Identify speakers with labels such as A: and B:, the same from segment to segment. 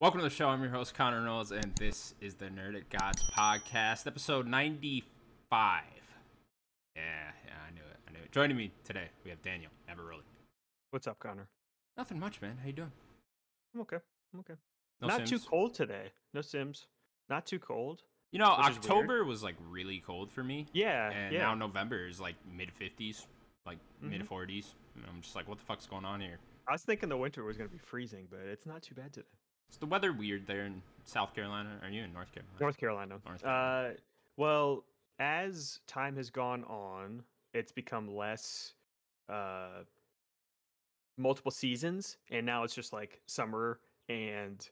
A: Welcome to the show. I'm your host, Connor Knowles, and this is the Nerd at Gods podcast, episode 95. Yeah, yeah, I knew it. I knew it. Joining me today, we have Daniel. Never really.
B: What's up, Connor?
A: Nothing much, man. How you doing?
B: I'm okay. I'm okay.
A: No
B: Not too
A: Sims?
B: cold today. No Sims. Not too cold.
A: You know,
B: which is weird.
A: October was like really cold for me,
B: Yeah.
A: and
B: yeah.
A: now November is like mid 50s, like mid
B: Mhm.
A: 40s. And I'm just like, what the fuck's going on here?
B: I was thinking the winter was going to be freezing, but it's not too bad today.
A: Is the weather weird there in South Carolina? Are you in North Carolina?
B: North Carolina.
A: North Carolina.
B: Uh, well, as time has gone on, it's become less uh, multiple seasons, and now it's just like summer and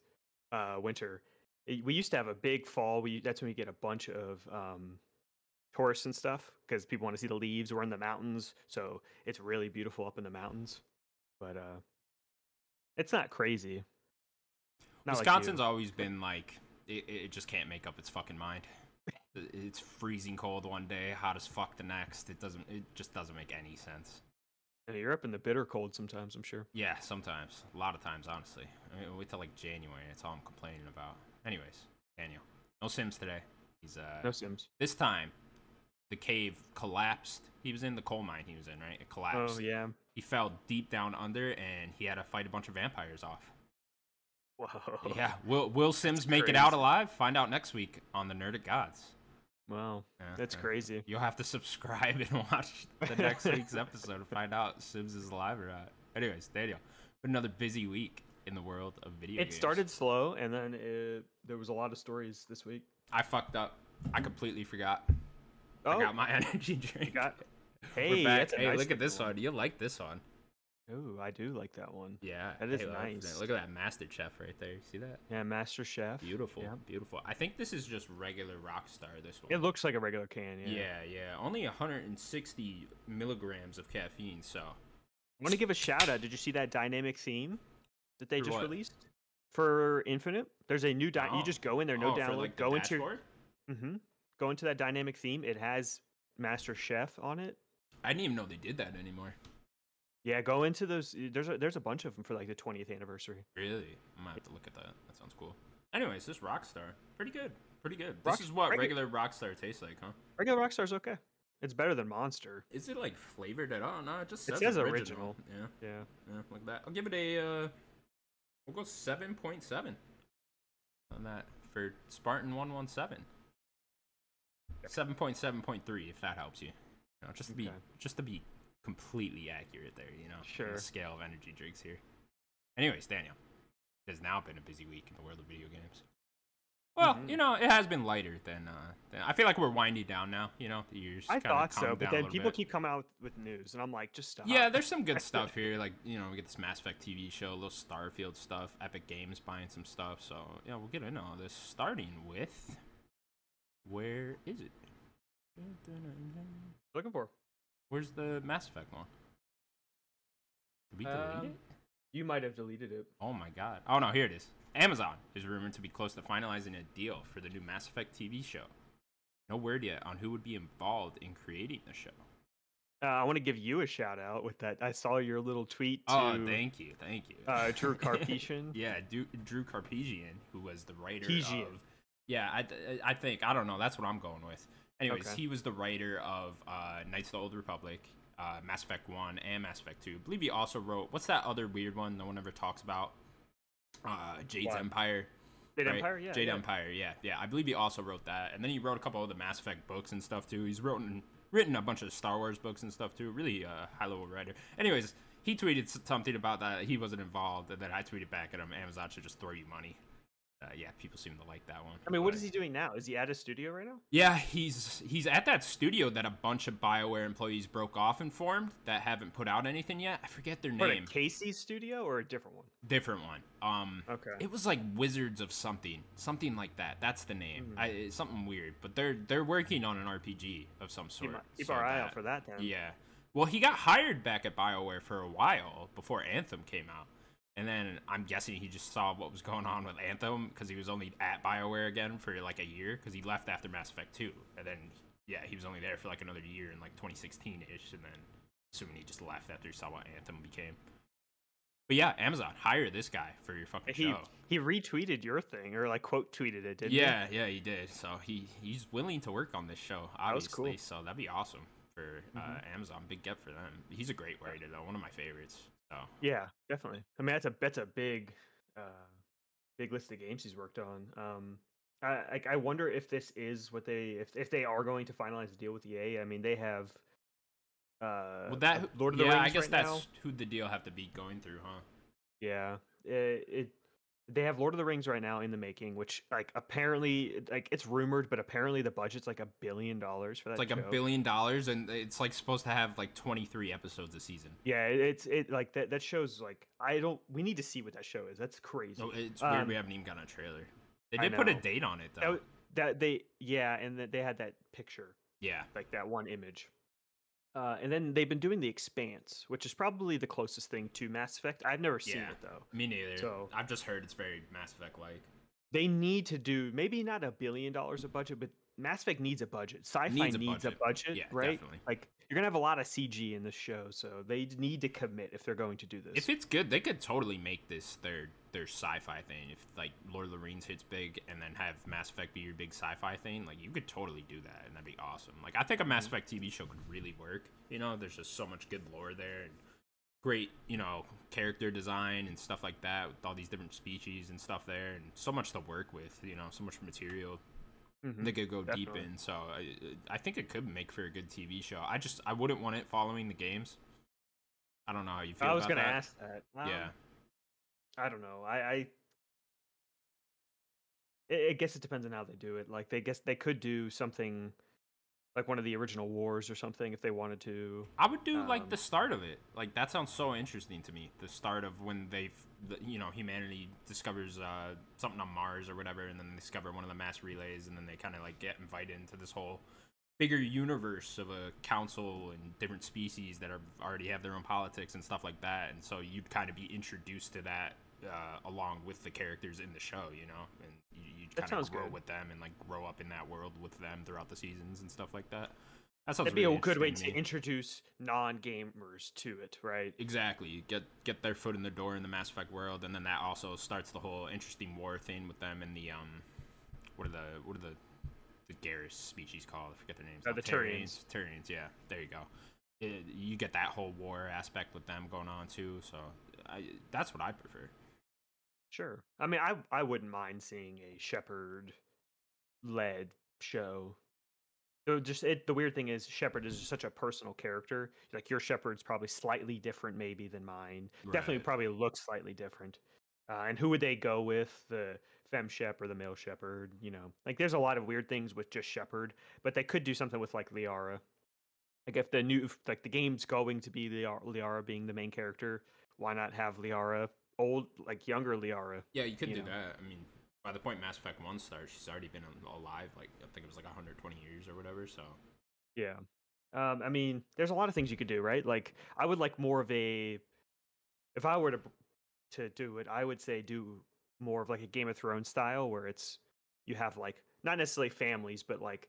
B: uh, winter. I- We used to have a big fall. We that's when we get a bunch of um, tourists and stuff because people want to see the leaves. We're in the mountains, so it's really beautiful up in the mountains. But uh, it's not crazy. Not like you.
A: Wisconsin's always been like it, it just can't make up its fucking mind. It- It's freezing cold one day, hot as fuck the next. It doesn't. It just doesn't make any sense.
B: Yeah, you're up in the bitter cold sometimes. I'm sure.
A: Yeah, sometimes, a lot of times, honestly. I mean, wait till like January. That's all I'm complaining about. Anyways, Daniel, no Sims today. He's uh
B: No Sims.
A: this time. The cave collapsed. He was in the coal mine. He was in right. It collapsed.
B: Oh yeah.
A: He fell deep down under, and he had to fight a bunch of vampires off.
B: Whoa.
A: Yeah. Will Will Sims make it out alive? Find out next week on the Nerd at Gods.
B: Wow.
A: Yeah,
B: That's
A: yeah.
B: crazy.
A: You'll have to subscribe and watch the next week's episode to find out Sims is alive or not. Anyways, Daniel, but another busy week in the world of video
B: It
A: games.
B: started slow, and then it, there was a lot of stories this week.
A: I fucked up. I completely forgot. I got my energy drink.
B: Oh. got-
A: We're
B: hey,
A: back.
B: that's a
A: hey,
B: nice
A: look at this
B: little
A: one. You'll like this one.
B: Ooh, I do like that one.
A: Yeah,
B: That is
A: hey, look at
B: nice.
A: that- Look at that Master Chef right there. You see that?
B: Yeah, Master Chef.
A: Beautiful,
B: Yeah.
A: beautiful. I think this is just regular Rockstar. This one.
B: It looks like a regular can. Yeah.
A: yeah, yeah. Only 160 milligrams of caffeine. So
B: I want to give a shout out. Did you see that dynamic theme that they
A: For
B: just
A: what?
B: released for Infinite? There's a new. Di-
A: No.
B: You just go in there, no
A: Oh, for,
B: download.
A: like, the
B: go into your,
A: dashboard?
B: hmm go into that dynamic theme. It has Master Chef on it.
A: I didn't even know they did that anymore.
B: Yeah, go into those. There's a, there's a bunch of them for like the 20th anniversary.
A: Really? I might have to look at that. That sounds cool. Anyways, this Rockstar, pretty good. Pretty good. This
B: Rock-
A: is what
B: regu-
A: regular Rockstar tastes like, huh?
B: Regular Rockstar's okay. It's better than Monster.
A: Is it like flavored at all? No, it just
B: It
A: says,
B: says
A: original.
B: original.
A: Yeah,
B: Yeah.
A: yeah, like that. I'll give it a. Uh, we'll go seven point seven on that for Spartan one one seven. Seven point seven point three, if that helps you. you know, just to be
B: Okay.
A: just to be completely accurate there, you know. on
B: Sure.
A: The scale of energy drinks here. Anyways, Daniel, it has now been a busy week in the world of video games. Well,
B: Mhm.
A: you know, it has been lighter than, uh, than I feel like we're winding down now. You know, the years.
B: I
A: kinda
B: thought so,
A: calmed
B: but
A: down a
B: then
A: little
B: people
A: bit.
B: keep coming out with news, and I'm like, just stop.
A: Yeah, there's some good stuff here. Like, you know, we get this Mass Effect TV show, a little Starfield stuff, Epic Games buying some stuff. So, yeah, we'll get into all this. Starting with, where is it?
B: looking for.
A: Where's the Mass Effect one? Did we delete
B: Um,
A: it?
B: You might have deleted it.
A: Oh my god. Oh no, here it is. Amazon is rumored to be close to finalizing a deal for the new Mass Effect TV show. No word yet on who would be involved in creating the show.
B: Uh, I want to give you a shout out with that. I saw your little tweet to
A: Oh, thank you, thank you.
B: uh, Drew Carpetian.
A: yeah, Drew, Drew Carpesian, who was the writer
B: Carpesian.
A: of. Yeah, I, I think I don't know. That's what I'm going with. Anyways,
B: Okay.
A: he was the writer of uh, Knights of the Old Republic, uh, Mass Effect One, and Mass Effect Two. I believe he also wrote what's that other weird one no one ever talks about? Uh, Jade's
B: What?
A: Empire.
B: Jade
A: right?
B: Empire. Yeah.
A: Jade
B: yeah.
A: Empire, yeah, yeah. I believe he also wrote that, and then he wrote a couple of the Mass Effect books and stuff too. He's written written a bunch of Star Wars books and stuff too. Really uh, high level writer. Anyways, he tweeted s- something about that he wasn't involved, and then I tweeted back at him, Amazon should just throw you money. Uh, yeah, people seem to like that one.
B: I mean, what
A: but-
B: is he doing now? Is he at a studio right now?
A: Yeah, he's he's at that studio that a bunch of Bioware employees broke off and formed that haven't put out anything yet. I forget their
B: Or
A: name.
B: at Casey's studio or a different one?
A: Different one. Um,
B: Okay.
A: it was like Wizards of something, something like that. That's the name.
B: Mhm.
A: I, it's something weird, but they're they're working on an RPG of some
B: Keep,
A: sort.
B: my, keep
A: so
B: our eye out
A: that-
B: for that then.
A: Yeah. Well, he got hired back at BioWare for a while before Anthem came out. And then I'm guessing he just saw what was going on with Anthem because he was only at BioWare again for like a year because he left after Mass Effect 2. And then, yeah, he was only there for like another year in like 2016 ish. And then, assuming he just left after he saw what Anthem became. But yeah, Amazon, hire this guy for your fucking
B: He
A: show.
B: he retweeted your thing or like quote tweeted it, didn't he?
A: yeah, yeah, he did. So he he's willing to work on this show,
B: was
A: obviously.
B: cool. Mm-hmm.
A: So that'd be awesome for uh, Amazon. Big get for them. He's a great writer though, one of my favorites. So
B: Yeah, definitely. I mean, that's a that's a big, uh, big list of games he's worked on. Um, I like I wonder if this is what they if if they are going to finalize the deal with EA. I mean, they have. Uh,
A: well,
B: a
A: that
B: Lord of the
A: yeah,
B: Rings
A: I guess
B: right
A: that's
B: now.
A: who the deal have to be going through, huh?
B: Yeah, it, it. They have Lord of the Rings right now in the making, which like apparently like it's rumored, but apparently the budget's like a billion dollars for that.
A: It's like a
B: show.
A: billion dollars, and it's like supposed to have like 23 episodes a season.
B: Yeah, it- it's it like that. That show's like I don't. We need to see what that show is. That's crazy.
A: So it's weird we
B: Um,
A: haven't even gotten a trailer. They
B: I
A: did put a
B: know.
A: date on it though.
B: That, w- that they yeah, and that they had that picture
A: yeah,
B: like that one image. Uh, and then they've been doing the Expanse, which is probably the closest thing to Mass Effect. I've never seen
A: Yeah.
B: it though.
A: me neither.
B: So-
A: I've just heard it's very Mass Effect like.
B: They need to do maybe not a billion dollars of budget, but Mass Effect needs a budget. Sci-fi
A: Needs
B: needs
A: a
B: a budget,
A: Yeah,
B: right?
A: definitely.
B: Like you're gonna have a lot of CG in this show, so they d- need to commit if they're going to do this.
A: If it's good, they could totally make this their their sci-fi thing. If like Lord of the Rings hits big, and then have Mass Effect be your big sci-fi thing, like you could totally do that, and that'd be awesome. Like I think a
B: Mm-hmm.
A: Mass Effect TV show could really work. You know, there's just so much good lore there, and great you know character design and stuff like that with all these different species and stuff there, and so much to work with. You know, so much material
B: Mhm.
A: they could go deep
B: Definitely.
A: in. So I, I think it could make for a good TV show. I just I wouldn't want it following the games. I don't know how you feel.
B: I was
A: about
B: gonna
A: that.
B: ask that. Um,
A: yeah.
B: I don't know. I, I I I guess it depends on how they do it. Like they guess they could do something like one of the original wars or something if they wanted to.
A: I would do like the
B: Um,
A: start of it. Like that sounds so interesting to me. The start of when they've, the, you know, humanity discovers uh, something on Mars or whatever, and then they discover one of the mass relays, and then they kind of like get invited into this whole bigger universe of a council and different species that are already have their own politics and stuff like that. And so you'd kind of be introduced to that uh, along with the characters in the show, you know, and you, you'd
B: That
A: kind of
B: sounds
A: grow
B: good.
A: with them and like grow up in that world with them throughout the seasons and stuff like that. That sounds
B: That'd be
A: really
B: a good way to
A: interesting me.
B: introduce non-gamers to it, right?
A: Exactly. You get get their foot in the door in the Mass Effect world, and then that also starts the whole interesting war thing with them and the um, what are the what are the the Garrus species called? I forget their names.
B: Uh,
A: now.
B: the Turians.
A: Turians. Yeah, there you go. It, you get that whole war aspect with them going on too. So I, that's what I prefer.
B: Sure. I mean, I I wouldn't mind seeing a Shepherd led show. Though just it, the weird thing is Shepherd is just such a personal character. Like your Shepherd's probably slightly different, maybe than mine. Definitely,
A: Right.
B: probably looks slightly different. Uh, and who would they go with? The femme shepherd, the male shepherd. You know, like there's a lot of weird things with just shepherd, but they could do something with like Liara. Like if the new, if, like the game's going to be Liara, Liara being the main character, why not have Liara old, like younger Liara?
A: Yeah, you could
B: You
A: do
B: know.
A: that. I mean, by the point Mass Effect One starts, she's already been al- alive. Like I think it was like 120 years or whatever. So
B: Yeah. Um, I mean, there's a lot of things you could do, right? Like, I would like more of a. If I were to b- to do it, I would say do more of like a Game of Thrones style, where it's you have like not necessarily families, but like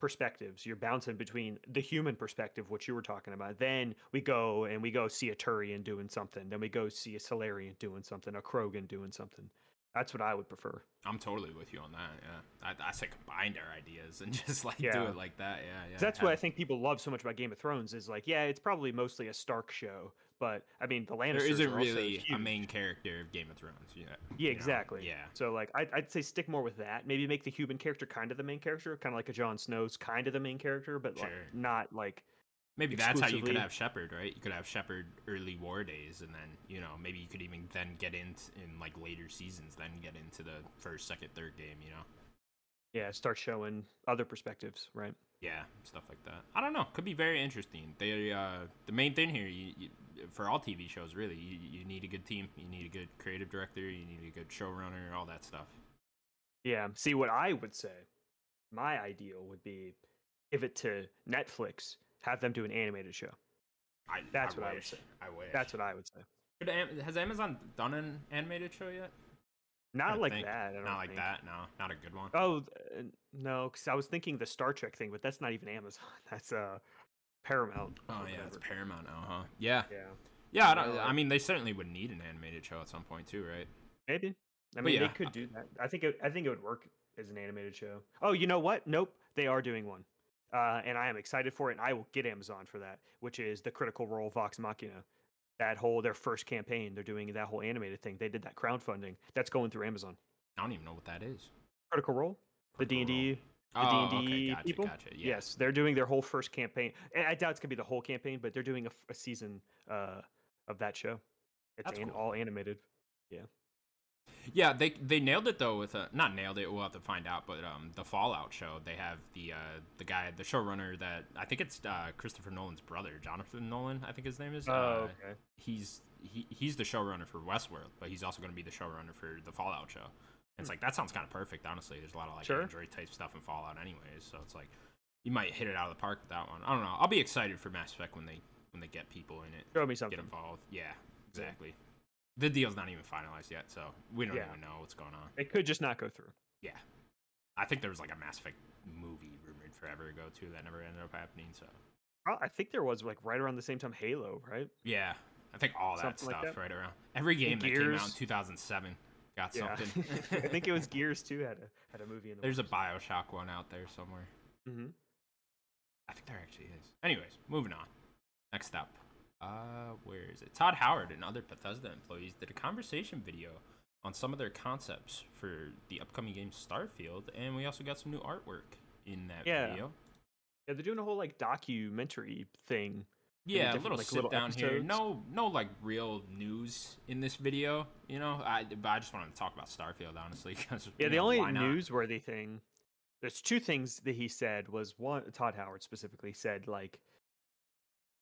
B: perspectives. You're bouncing between the human perspective, which you were talking about. Then we go and we go see a Turian doing something. Then we go see a Solarian doing something, a Krogan doing something. That's what I would prefer.
A: I'm totally with you on that. Yeah, I, I say combine our ideas and just like do
B: Yeah.
A: it like that. Yeah, yeah.
B: 'Cause that's what I
A: have-
B: think people love so much about Game of Thrones is like, yeah, it's probably mostly a Stark show, but I mean, the Lannisters
A: there isn't
B: are also
A: really a
B: huge.
A: main character of Game of Thrones. Yeah.
B: Yeah,
A: you know?
B: exactly.
A: Yeah.
B: So like, I'd, I'd say stick more with that. Maybe make the human character kind of the main character, kind of like a Jon Snow's kind of the main character, but like
A: Sure.
B: not like
A: Maybe that's how you could
B: Exclusively.
A: have Shepard, right? You could have Shepard early war days, and then you know maybe you could even then get into in like later seasons, then get into the first, second, third game. You know.
B: yeah, start showing other perspectives, right?
A: Yeah, stuff like that. I don't know. Could be very interesting. They uh, the main thing here, you, you, for all TV shows, really, you, you need a good team. You need a good creative director. You need a good showrunner. All that stuff.
B: Yeah. See, what I would say, my ideal would be give it to Netflix, have them do an animated show.
A: I,
B: That's
A: I
B: what I would
A: wish.
B: say.
A: I wish.
B: That's what I would say.
A: Could Am- has Amazon done an animated show yet?
B: Not
A: Gotta
B: like
A: think.
B: that. I don't
A: Not like
B: think.
A: that. No, not a good one.
B: Oh th- uh, no, because I was thinking the Star Trek thing, but that's not even Amazon. That's uh Paramount.
A: Oh
B: or
A: yeah, it's
B: whatever.
A: Paramount now, huh? Yeah,
B: yeah.
A: Yeah, I,
B: know,
A: don't, I
B: like-
A: mean, they certainly would need an animated show at some point too, right?
B: Maybe. I
A: But
B: mean,
A: yeah,
B: they could do that. I think it, I think it would work as an animated show. Oh, you know what? Nope, they are doing one, uh, and I am excited for it. And I will get Amazon for that, which is the Critical Role Vox Machina. That whole their first campaign, they're doing that whole animated thing. They did that crowdfunding. That's going through Amazon.
A: I don't even know what that is.
B: Critical Role, the D and
A: Critical Role.
B: D the
A: Oh,
B: D&D
A: okay, gotcha,
B: people?
A: gotcha. Yeah.
B: Yes, they're doing their whole first campaign. and I doubt it's gonna be the whole campaign, but they're doing a, f- a season uh, of that show. It's
A: That's
B: an,
A: cool.
B: all animated.
A: Yeah, they they nailed it though with a, not nailed it. We'll have to find out, but um, the Fallout show they have the uh, the guy the showrunner that I think it's uh, Christopher Nolan's brother, Jonathan Nolan, I think his name is. uh,
B: okay.
A: he's he, he's the showrunner for Westworld, but he's also going to be the showrunner for the Fallout show. And It's like that sounds kind of perfect, honestly. There's a lot of like
B: Hmm. Sure.
A: Android type stuff in Fallout, anyways. So it's like you might hit it out of the park with that one. I don't know. I'll be excited for Mass Effect when they when they get people in it,
B: Show me something.
A: get involved. Yeah, exactly. The deal's not even finalized yet, so we don't
B: Yeah.
A: even know what's going on.
B: It could just not go through.
A: I think there was like a Mass Effect movie rumored forever ago too that never ended up happening. So
B: Pro- I think there was like right around the same time Halo, right?
A: yeah, I think all that
B: Something like
A: stuff
B: that.
A: right around every game that came out in
B: Gears.
A: 2007 got something.
B: I think it was Gears too had a had a movie in the
A: There's a Bioshock one out there somewhere.
B: hmm
A: I think there actually is. Anyways, moving on. Next up, uh, where is it? Todd Howard and other Bethesda employees did a conversation video on some of their concepts for the upcoming game Starfield, and we also got some new artwork in that
B: Yeah.
A: video.
B: Yeah, they're doing a whole like documentary thing. Maybe
A: Yeah, a
B: different,
A: little
B: like,
A: sit
B: little
A: down here.
B: episodes.
A: No, no, like real news in this video. You know, I but I just wanted to talk about Starfield honestly. 'cause,
B: Yeah,
A: you
B: the
A: know,
B: only
A: why not?
B: newsworthy thing. There's two things that he said was one. Todd Howard specifically said like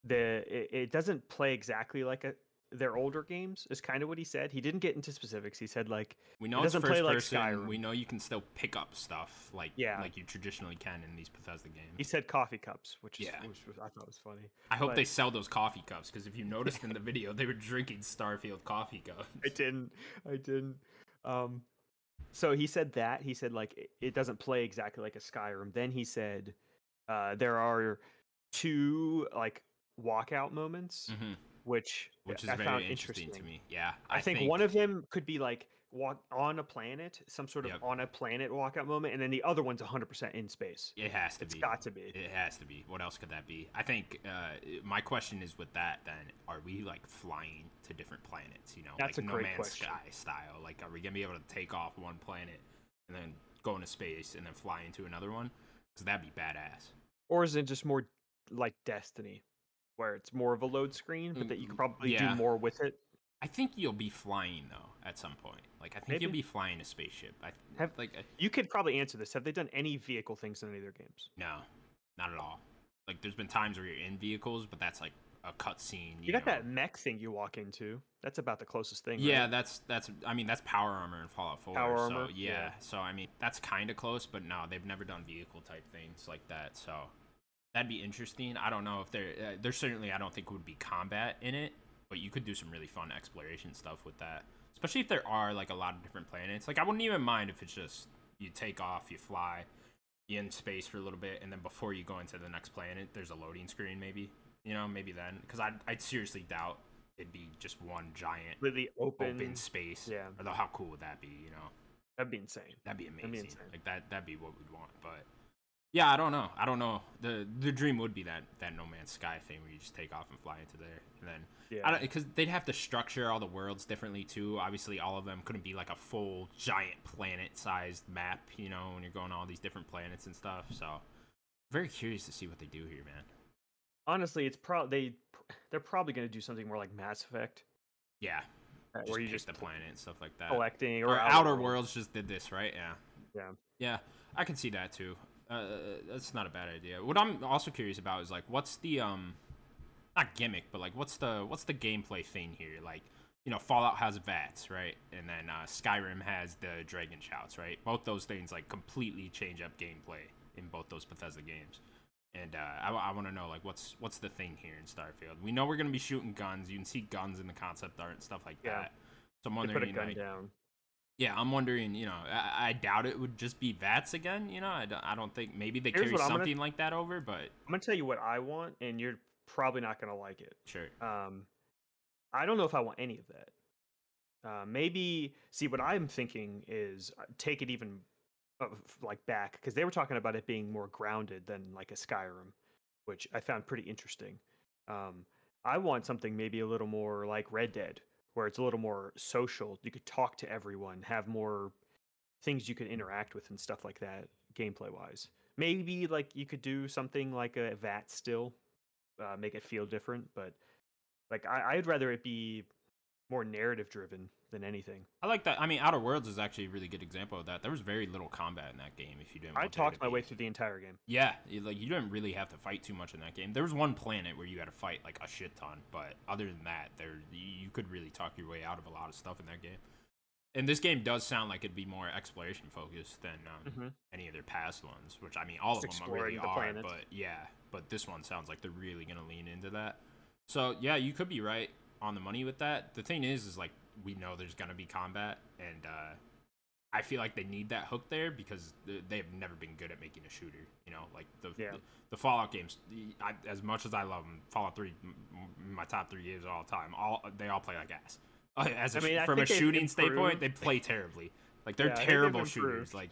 B: the it, it doesn't play exactly like a their older games is kind of what he said. He didn't get into specifics. He said like
A: We know
B: It
A: it's
B: doesn't
A: first
B: play like
A: person.
B: Skyrim.
A: We know you can still pick up stuff like
B: Yeah.
A: like you traditionally can in these Bethesda games.
B: he said coffee cups, which is
A: Hmm. Yeah.
B: which was, I thought was funny.
A: I hope they
B: but-
A: sell those coffee cups because if you noticed in the video, they were drinking Starfield coffee cups.
B: I didn't. I didn't. Um, so he said that. He said like it, it doesn't play exactly like a Skyrim. Then he said uh, there are two like walkout moments,
A: Mhm,
B: which
A: Which is
B: Mm-hmm. I
A: very
B: found
A: interesting, to
B: interesting,
A: me. Yeah,
B: I, think, one of them could be like walk on a planet, some sort of
A: Yep.
B: on a planet walkout moment, and then the other one's 100% in space.
A: it has to
B: It's
A: be.
B: got to be.
A: It has to be. What else could that be? I think uh, my question is with that. Then are we like flying to different planets? You know,
B: That's
A: like
B: a
A: No
B: great
A: Man's
B: question.
A: Sky style. Like, are we gonna be able to take off one planet and then go into space and then fly into another one? Because that'd be badass.
B: Or is it just more like Destiny, where it's more of a load screen, but that you
A: Mm,
B: could probably
A: yeah.
B: do more with it?
A: I think you'll be flying though at some point. Like I think you'll
B: Maybe.
A: be flying a spaceship. I
B: Have-
A: like I-
B: You could probably answer this. Have they done any vehicle things in any of their games?
A: no, not at all. Like there's been times where you're in vehicles, but that's like a cutscene.
B: You got
A: know.
B: that mech thing you walk into. That's about the closest thing.
A: Yeah,
B: right?
A: that's that's. I mean, that's power armor in Fallout 4.
B: Power
A: so,
B: armor,
A: Yeah,
B: yeah.
A: So I mean, that's kind of close, but no, they've never done vehicle type things like that. So that'd be interesting. I don't know if there uh, there certainly I don't think would be combat in it, but you could do some really fun exploration stuff with that. Especially if there are like a lot of different planets. Like I wouldn't even mind if it's just you take off, you fly, you in space for a little bit, and then before you go into the next planet, there's a loading screen maybe. You know, maybe then, because I I seriously doubt it'd be just one giant
B: completely open.
A: open, space.
B: yeah.
A: Although how cool would that be, you know?
B: That'd be insane.
A: That'd be amazing.
B: be insane.
A: Like that that'd be what we'd want. But yeah, I don't know. I don't know. The the dream would be that that No Man's Sky thing where you just take off and fly into there. And then
B: Yeah.
A: I don't because they'd have to structure all the worlds differently too. Obviously all of them couldn't be like a full giant planet sized map, you know, when you're going to all these different planets and stuff. So very curious to see what they do here, man.
B: Honestly, it's probably they. pr- They're probably going to do something more like Mass Effect,
A: Yeah.
B: uh,
A: Just
B: where you
A: pick
B: just Oh,
A: the planet and stuff like that.
B: collecting
A: or
B: or
A: Outer Worlds.
B: Worlds.
A: just did this, right? Yeah.
B: Yeah.
A: Yeah, I can see that too. Uh, that's not a bad idea. What I'm also curious about is like, what's the um, not gimmick, but like, what's the what's the gameplay thing here? Like, you know, Fallout has VATS, right? And then uh, Skyrim has the dragon shouts, right? Both those things like completely change up gameplay in both those Bethesda games. And uh, I, want to know like what's what's the thing here in Starfield? We know we're gonna be shooting guns. You can see guns in the concept art and stuff like
B: Yeah.
A: that. So I'm
B: They put a
A: wondering
B: gun
A: like,
B: down.
A: yeah, I'm wondering, you know, I, I doubt it would just be Vats again, you know? I don't, I don't think, maybe they
B: Here's
A: carry
B: what I'm gonna-
A: something like that over, but
B: I'm gonna tell you what I want, and you're probably not gonna like it.
A: sure.
B: Um, I don't know if I want any of that. Uh, maybe see what I'm thinking is uh, take it even uh, f- like back because they were talking about it being more grounded than like a Skyrim, which I found pretty interesting. Um, I want something maybe a little more like Red Dead, where it's a little more social. You could talk to everyone, have more things you could interact with and stuff like that, gameplay wise. Maybe like you could do something like a VAT still, uh, make it feel different, but like I, I'd rather it be more narrative driven than anything.
A: I like that. I mean, Outer Worlds is actually a really good example of that. There was very little combat in that game. If you didn't,
B: I
A: want there
B: talked
A: to
B: my
A: be.
B: way through the entire game.
A: Yeah, you- like you didn't really have to fight too much in that game. There was one planet where you had to fight like a shit ton, but other than that, there you could really talk your way out of a lot of stuff in that game. And this game does sound like it'd be more exploration focused than um,
B: Mhm.
A: any of their past ones, which I mean, all
B: Just
A: of them really
B: exploring the
A: are.
B: planet.
A: But yeah, but this one sounds like they're really gonna lean into that. So yeah, you could be right on the money with that. The thing is, is like we know there's gonna be combat, and uh, I feel like they need that hook there because th- they've never been good at making a shooter. You know, like the
B: Yeah.
A: the, Fallout games. the- I, as much as I love them, Fallout Three, m- m- my top three games of all time. All they all play like ass. Uh, As a,
B: I
A: sh-
B: mean, I
A: from a
B: think they've
A: shooting standpoint,
B: improved.
A: they play terribly. Like they're
B: Yeah, I think they've
A: terrible shooters.
B: improved.
A: Like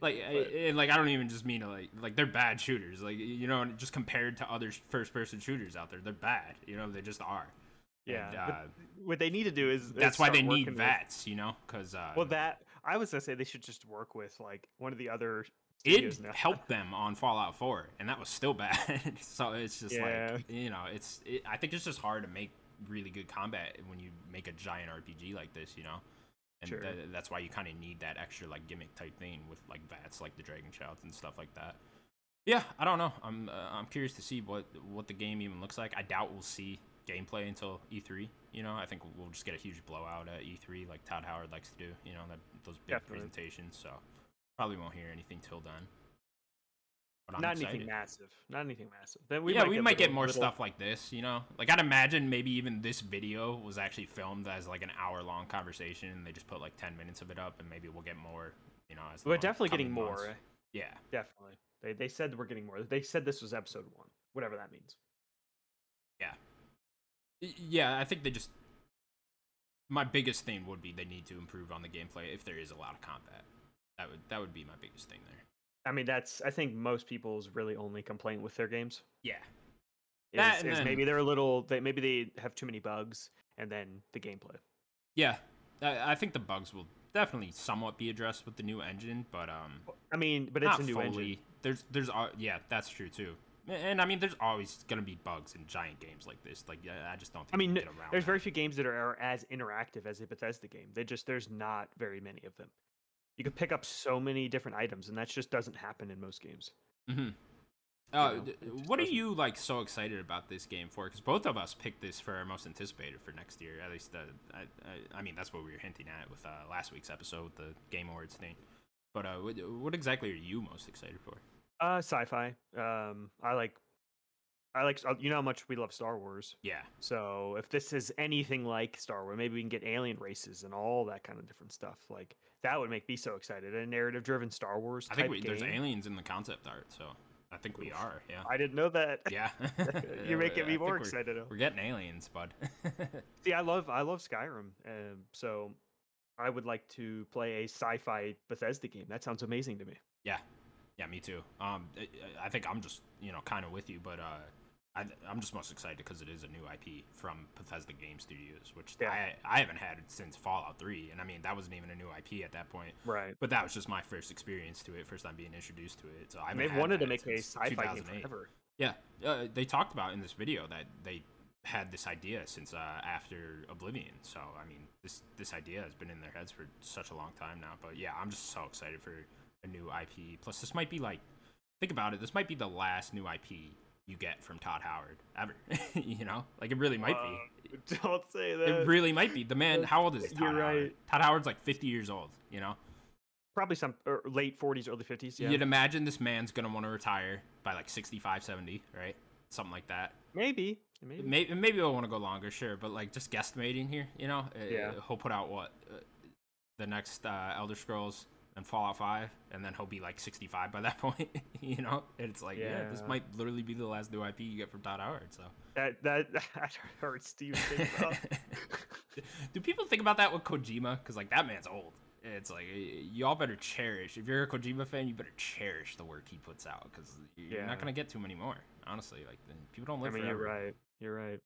A: like I- and like I don't even just mean like like they're bad shooters. Like you know, and just compared to other first person shooters out there, they're bad. You know, they just are.
B: Yeah,
A: And,
B: but
A: uh,
B: What they need to do is is
A: that's why they
B: start
A: need
B: working with-
A: vats. You know, because uh,
B: Well, that I was gonna say they should just work with like one of the other
A: it
B: studios now.
A: helped them on Fallout 4, and that was still bad. so it's just
B: Yeah.
A: like you know, it's it, I think it's just hard to make really good combat when you make a giant RPG like this. You know. And
B: Sure.
A: tha- that's why you kind of need that extra like gimmick type thing with like vats, like the dragon shouts and stuff like that. Yeah, I don't know. I'm uh, I'm curious to see what what the game even looks like. I doubt we'll see gameplay until E3. You know, I think we'll just get a huge blowout at E3, like Todd Howard likes to do. You know, that those big
B: Definitely.
A: presentations. So probably won't hear anything till then. But
B: not
A: excited.
B: anything massive. Not anything massive. Then
A: yeah, we might
B: little-
A: get more
B: little-
A: stuff like this, you know? Like, I'd imagine maybe even this video was actually filmed as, like, an hour-long conversation, and they just put, like, 10 minutes of it up, and maybe we'll get more, you know, as the
B: We're
A: month-
B: definitely
A: coming
B: getting more.
A: months.
B: eh?
A: Yeah.
B: Definitely. They they said we're getting more. They said this was episode one, whatever that means.
A: Y- Yeah, I think they just... My biggest thing would be they need to improve on the gameplay if there is a lot of combat. That would that would be my biggest thing there.
B: I mean, that's I think most people's really only complaint with their games
A: Yeah.
B: is,
A: That and
B: is
A: then-
B: maybe they're a little they maybe they have too many bugs and then the gameplay.
A: Yeah. I, I think the bugs will definitely somewhat be addressed with the new engine, but, um...
B: I mean, but it's
A: not
B: a new
A: fully.
B: engine.
A: There's there's al- yeah, that's true too. A- And I mean, there's always gonna be bugs in giant games like this. Like I I just don't. Think
B: I mean,
A: you
B: n-
A: can get around
B: there's
A: that.
B: very few games that are, are as interactive as a Bethesda game. They just there's not very many of them. You can pick up so many different items, and that just doesn't happen in most games.
A: Mhm. Uh,
B: know,
A: d-
B: it just
A: what are
B: doesn't-
A: you like so excited about this game for? Because both of us picked this for our most anticipated for next year. At least, uh, I, I, I mean, that's what we were hinting at with uh, last week's episode with the Game Awards thing. But uh, what, what exactly are you most excited for?
B: Uh, sci-fi. Um, I like, I like. uh, You know how much we love Star Wars.
A: Yeah,
B: So if this is anything like Star Wars, maybe we can get alien races and all that kind of different stuff. Like that would make me so excited. A narrative-driven Star Wars.
A: I think
B: type
A: we, there's
B: game.
A: aliens in the concept art, so I think we
B: Oof.
A: are. Yeah,
B: I didn't know that.
A: yeah. Yeah,
B: You're making
A: I
B: me
A: think
B: more
A: we're-
B: excited. now.
A: We're getting aliens, bud.
B: See, I love I love Skyrim, um, so I would like to play a sci-fi Bethesda game. That sounds amazing to me.
A: yeah, yeah, me too. Um, I, I- I think I'm just you know kind of with you, but uh, I, I'm just most excited because it is a new IP from Bethesda Game Studios, which
B: Yeah.
A: I I haven't had since Fallout Three, and I mean that wasn't even a new IP at that point.
B: Right.
A: But that was just my first experience to it, first time being introduced to it. So I
B: And
A: haven't
B: they've
A: had
B: wanted to
A: that
B: make a
A: since
B: sci-fi game
A: 2008.
B: forever.
A: Yeah, uh, they talked about in this video that they had this idea since uh, after Oblivion. So I mean, this this idea has been in their heads for such a long time now. But yeah, I'm just so excited for a new IP. Plus, this might be like, think about it. This might be the last new IP you get from Todd Howard ever. you know, like it really might be.
B: Uh, Don't say that.
A: It really might be. The man, how old is Todd
B: you're
A: Howard?
B: right.
A: Todd Howard's like 50 years old. You know,
B: Probably some or late 40s, early 50s. Yeah.
A: you'd imagine this man's gonna want to retire by like 65, 70, right? Something like that.
B: maybe. Maybe.
A: Maybe maybe I'll want to go longer, sure, but like just guesstimating here, you know. Uh,
B: Yeah.
A: He'll put out what uh, the next uh, Elder Scrolls and Fallout 5, and then he'll be like 65 by that point, you know? And it's like, yeah. this
B: Yeah.
A: might literally be the last new IP you get from Todd Howard, so.
B: That that that hurt Steve. to think about.
A: Do people think about that with Kojima? Because, like, that man's old. It's like, y- y'all better cherish. If you're a Kojima fan, you better cherish the work he puts out, because you're
B: Yeah.
A: not going to get too many more, honestly. Like, the- people don't
B: I
A: live
B: mean,
A: forever.
B: you're right. You're right.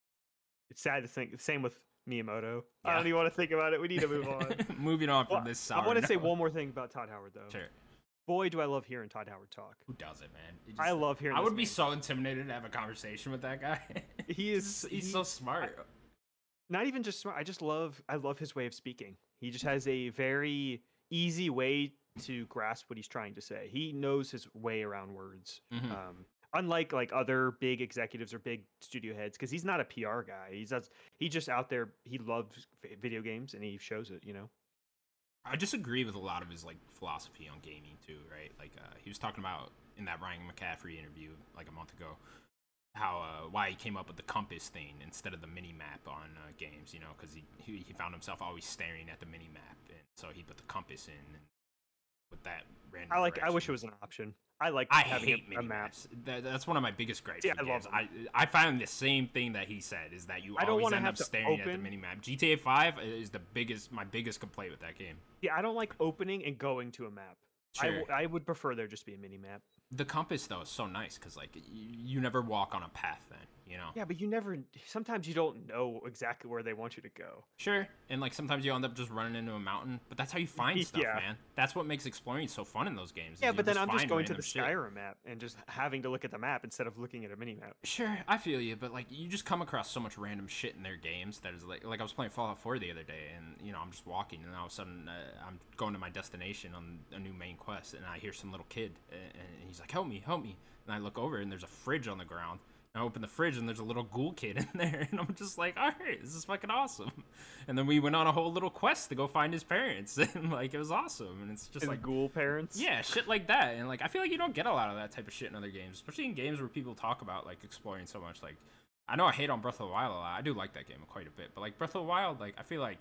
B: It's sad to think. Same with Miyamoto. I
A: Yeah.
B: don't even want to think about it. We need to move on.
A: Moving on from
B: Well,
A: this sour
B: I want to say
A: note.
B: one more thing about Todd Howard, though.
A: Sure.
B: Boy, do I love hearing Todd Howard talk.
A: Who does it, man? It
B: I
A: just-
B: love hearing.
A: I
B: this
A: would be
B: man.
A: so intimidated to have a conversation with that guy.
B: He is.
A: he's, he's
B: he-
A: so smart.
B: not even just smart. I just love I love his way of speaking. He just has a very easy way to grasp what he's trying to say. He knows his way around words.
A: Mhm.
B: Um, unlike like other big executives or big studio heads, because he's not a PR guy. He's just, he just out there. He loves vi- video games and he shows it. You know.
A: I disagree with a lot of his like philosophy on gaming too, right? Like uh, he was talking about in that Ryan McCaffrey interview like a month ago how uh, why he came up with the compass thing instead of the mini map on uh, games, you know, because he, he he found himself always staring at the mini map, and so he put the compass in and with that random.
B: I like. I wish it
A: direction.
B: was an option. I like
A: I
B: having
A: hate
B: a, a
A: mini
B: map.
A: maps. That, that's one of my biggest gripes.
B: Yeah,
A: with
B: I love
A: games. I I found the same thing that he said is that you
B: I don't
A: always
B: wanna
A: end
B: have
A: up
B: to
A: staring at the
B: open-
A: mini map. GTA Five is the biggest my biggest complaint with that game.
B: Yeah, I don't like opening and going to a map. I
A: Sure.
B: w- I would prefer there just be a mini map.
A: The compass though is so nice because like y- you never walk on a path then you know.
B: Yeah, but you never. Sometimes you don't know exactly where they want you to go.
A: Sure, and like sometimes you end up just running into a mountain, but that's how you find stuff,
B: Yeah.
A: man. That's what makes exploring so fun in those games. is
B: Yeah,
A: you'll
B: but then I'm just
A: find
B: going to the
A: random shit.
B: Skyrim map and just having to look at the map instead of looking at a mini map.
A: Sure, I feel you, but like you just come across so much random shit in their games that is like like I was playing Fallout 4 the other day, and you know I'm just walking, and all of a sudden uh, I'm going to my destination on a new main quest, and I hear some little kid, a- and he's like, "Help me, help me!" And I look over, and there's a fridge on the ground. And I open the fridge, and there's a little ghoul kid in there, and I'm just like, "All right, this is fucking awesome!" And then we went on a whole little quest to go find his parents, and like it was awesome, and it's just
B: His
A: like
B: ghoul parents.
A: yeah, shit like that. And like I feel like you don't get a lot of that type of shit in other games, especially in games where people talk about like exploring so much. Like I know I hate on Breath of the Wild a lot. I do like that game quite a bit, but like Breath of the Wild, like I feel like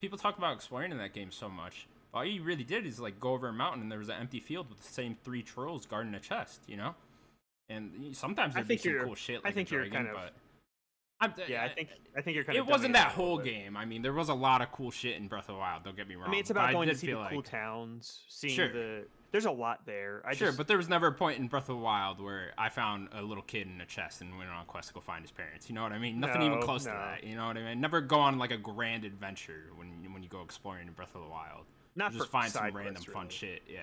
A: people talk about exploring in that game so much. All you really did is like go over a mountain and there was an empty field with the same three trolls guarding a chest, you know? And y- sometimes
B: I
A: there'd be
B: think
A: some
B: you're-
A: cool shit
B: I
A: like
B: think
A: a
B: you're
A: dragon,
B: kind of-
A: but I'm, uh,
B: Yeah, I think I think you're kind of.
A: it wasn't that whole game. I mean, there was a lot of cool shit in Breath of the Wild. Don't get me wrong.
B: I mean, it's
A: but
B: about going to
A: did
B: see the
A: feel
B: cool
A: like-
B: towns, seeing
A: Sure.
B: the. There's a lot there. I
A: sure,
B: just,
A: but there was never a point in Breath of the Wild where I found a little kid in a chest and went on a quest to go find his parents. You know what I mean? Nothing even
B: No,
A: close to
B: no.
A: that. You know what I mean? Never go on like a grand adventure when when you go exploring in Breath of the Wild.
B: not
A: You just
B: for
A: find some
B: side
A: random
B: quests,
A: fun
B: really.
A: shit. Yeah.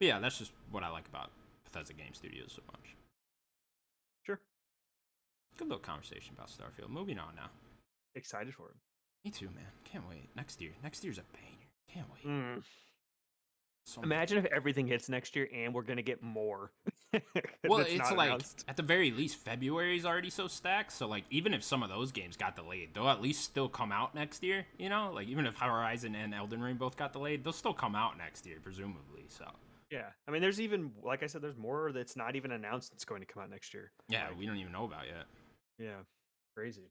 A: But yeah, that's just what I like about Bethesda Game Studios so much.
B: Sure,
A: Good little conversation about Starfield. Moving on now.
B: excited for him.
A: Me too, man. Can't wait. Next year. Next year's a banger. Can't wait.
B: Mm.
A: So much
B: Imagine if everything hits next year and we're gonna get more.
A: Well,
B: that's
A: it's
B: not
A: like
B: announced.
A: at the very least February's already so stacked. So like even if some of those games got delayed, they'll at least still come out next year. You know, like even if Horizon and Elden Ring both got delayed, they'll still come out next year presumably. So
B: Yeah, I mean, there's even like I said, there's more that's not even announced that's going to come out next year.
A: yeah,
B: Like,
A: we don't even know about yet.
B: yeah, crazy.